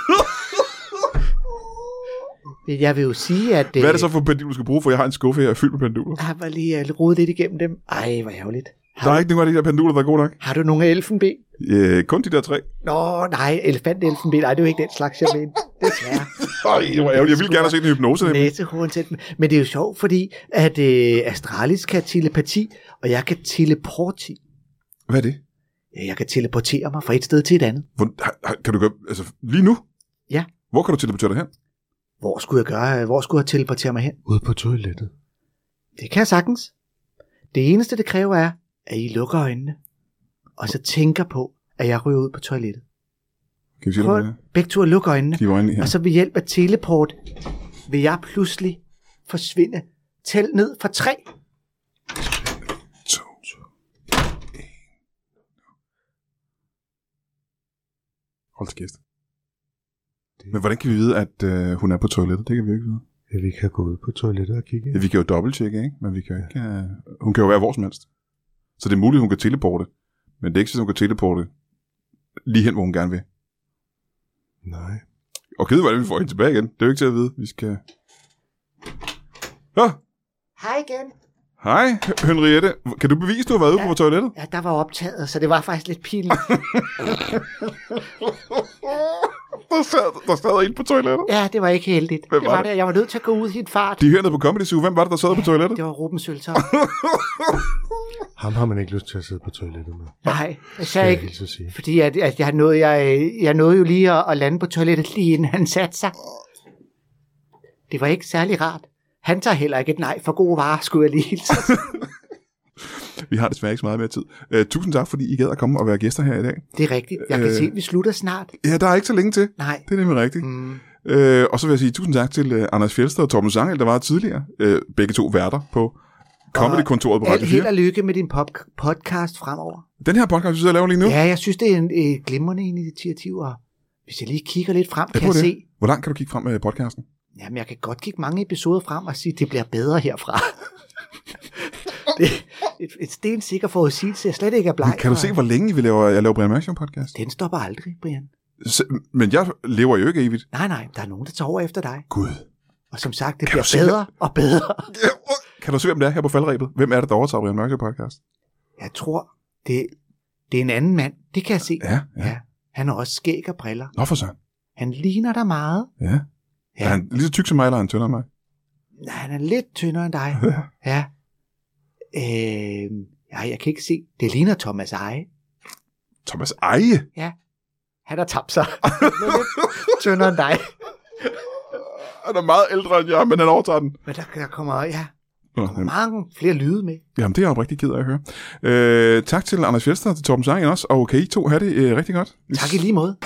[SPEAKER 2] Men Jeg vil jo sige, at...
[SPEAKER 1] Hvad er det så for et pendul, du skal bruge, for jeg har en skuffe her fyldt med penduler.
[SPEAKER 2] Jeg har bare lige øh, rodet lidt igennem dem. Ej, hvor ærgerligt.
[SPEAKER 1] Der er ikke nogen af de der penduler, der er gode nok.
[SPEAKER 2] Har du nogle af elfenben?
[SPEAKER 1] Øh, kun de der tre.
[SPEAKER 2] Nå, nej, elefantelfenben. Nej, det er jo ikke den slags, jeg mener. Desværre.
[SPEAKER 1] Ej, det var ærgerligt. Jeg ville gerne have set en hypnose. nemlig.
[SPEAKER 2] Næsehovedet til dem. Men det er jo sjovt, fordi at øh, Astralis kan telepati, og jeg kan teleporti.
[SPEAKER 1] Hvad er det?
[SPEAKER 2] Ja, jeg kan teleportere mig fra et sted til et andet.
[SPEAKER 1] Hvor, har, har, kan du gøre, altså lige nu?
[SPEAKER 2] Ja.
[SPEAKER 1] Hvor kan du teleportere dig hen?
[SPEAKER 2] Hvor skulle jeg gøre? øh, Hvor skulle jeg teleportere mig hen?
[SPEAKER 3] Ude på toilettet.
[SPEAKER 2] Det kan jeg sagtens. Det eneste, det kræver er, at I lukker øjnene, og så tænker på, at jeg ryger ud på toilettet.
[SPEAKER 1] Kan vi sige
[SPEAKER 2] Prøv Altså-
[SPEAKER 1] det?
[SPEAKER 2] begge to at lukke øjnene,
[SPEAKER 1] De øjnene her.
[SPEAKER 2] og så ved hjælp af teleport, vil jeg pludselig forsvinde. Tæl ned fra tre.
[SPEAKER 1] To. Hold da kæft. Men hvordan kan vi vide, at øh, hun er på toilettet? Det kan vi jo ikke vide.
[SPEAKER 3] Ja, vi kan gå ud på toilettet og kigge.
[SPEAKER 1] Ja, vi kan jo dobbelttjekke, ikke? Men vi kan jo ikke... Øh, hun kan jo være hvor som helst. Så det er muligt, hun kan teleporte. Men det er ikke sådan, hun kan teleporte lige hen, hvor hun gerne vil.
[SPEAKER 3] Nej.
[SPEAKER 1] Og givet, hvordan vi får hende tilbage igen. Det er jo ikke til at vide. Vi skal... Ja,
[SPEAKER 2] Hej igen.
[SPEAKER 1] hej, Henriette. Kan du bevise, du har været ude på toilettet?
[SPEAKER 2] Ja, der var optaget, så det var faktisk lidt pinligt.
[SPEAKER 1] Der sad, der sad en på toilettet.
[SPEAKER 2] Ja, det var ikke heldigt.
[SPEAKER 1] Hvem
[SPEAKER 2] det
[SPEAKER 1] var
[SPEAKER 2] var
[SPEAKER 1] det?
[SPEAKER 2] det. Jeg var nødt til at gå ud i en fart.
[SPEAKER 1] De er hernede på Comedy Zoo. Hvem var det, der sad på toilettet?
[SPEAKER 2] Det var
[SPEAKER 1] (laughs)
[SPEAKER 2] Rubens Ølter.
[SPEAKER 3] Ham har man ikke lyst til at sidde på toilettet med.
[SPEAKER 2] Nej, jeg
[SPEAKER 3] Kan
[SPEAKER 2] sagde
[SPEAKER 3] jeg
[SPEAKER 2] ikke.
[SPEAKER 3] hilse at sige.
[SPEAKER 2] Fordi at, at jeg, nåede, jeg, jeg nåede jo lige at, at lande på toilettet, lige inden han satte sig. Det var ikke særlig rart. Han tager heller ikke et nej for gode varer, skulle jeg lige hilse.
[SPEAKER 1] Vi har desværre ikke så meget mere tid. Øh, tusind tak, fordi I gad at komme og være gæster her i dag.
[SPEAKER 2] Det er rigtigt. Jeg kan
[SPEAKER 1] Øh.
[SPEAKER 2] øh... se, at vi slutter snart.
[SPEAKER 1] Ja, der er ikke så længe til.
[SPEAKER 2] Nej.
[SPEAKER 1] Det er nemlig rigtigt.
[SPEAKER 2] Mm.
[SPEAKER 1] Øh, og så vil jeg sige tusind tak til øh, Anders Fjeldsted og Torben Sangel, der var tidligere. Øh, begge to værter på Comedy-kontoret på
[SPEAKER 2] Alt
[SPEAKER 1] Radio
[SPEAKER 2] held
[SPEAKER 1] 4.
[SPEAKER 2] og lykke med din pop- podcast fremover.
[SPEAKER 1] Den her podcast, vi sidder og laver lige nu,
[SPEAKER 2] Ja, jeg synes, det er en øh, glimrende initiativ, og hvis jeg lige kigger lidt frem,
[SPEAKER 1] Ja,
[SPEAKER 2] kan jeg
[SPEAKER 1] prøv det.
[SPEAKER 2] se,
[SPEAKER 1] hvor langt kan du kigge frem med podcasten?
[SPEAKER 2] jamen jeg kan godt kigge mange episoder frem og sige, det bliver bedre herfra. (laughs) det, et, et stensikker forudsigelse, jeg slet ikke er bleg.
[SPEAKER 1] Kan du
[SPEAKER 2] for.
[SPEAKER 1] se, hvor længe vi laver, jeg laver Brian Mørk Show podcast?
[SPEAKER 2] Den stopper aldrig, Brian.
[SPEAKER 1] Så, men jeg lever jo ikke evigt.
[SPEAKER 2] Nej, nej, der er nogen, der tager over efter dig.
[SPEAKER 1] Gud.
[SPEAKER 2] Og som sagt, det
[SPEAKER 1] Kan
[SPEAKER 2] bliver
[SPEAKER 1] du se
[SPEAKER 2] bedre og bedre.
[SPEAKER 1] Kan du se, hvem det er her på faldrebet? Hvem er det, der overtager Brian Mørk Show podcast?
[SPEAKER 2] Jeg tror, det, det er en anden mand. Det kan jeg se.
[SPEAKER 1] Ja, ja.
[SPEAKER 2] ja. Han har også skæg og briller.
[SPEAKER 1] Nå for søren.
[SPEAKER 2] Han ligner dig meget.
[SPEAKER 1] Ja.
[SPEAKER 2] Ja.
[SPEAKER 1] Er han lige så tyk som mig, eller er han tyndere
[SPEAKER 2] (laughs)
[SPEAKER 1] end mig?
[SPEAKER 2] Nej, han er lidt tyndere end dig. Ja. Øh, ja, jeg kan ikke se. Det ligner Thomas Eje.
[SPEAKER 1] Thomas Eje.
[SPEAKER 2] Han har tabt (laughs) sig. Han er lidt tyndere end dig.
[SPEAKER 1] Han er meget ældre end jeg, men han overtager den.
[SPEAKER 2] Men der, der kommer, ja,
[SPEAKER 1] Nå,
[SPEAKER 2] kommer mange flere lyde med.
[SPEAKER 1] Jamen, det er jeg oprigtig ked af at høre. Øh, tak til Anders Fjeldsted og til Torben Sangen også, og okay, I to have det øh, rigtig godt.
[SPEAKER 2] Tak i lige måde.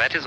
[SPEAKER 4] That is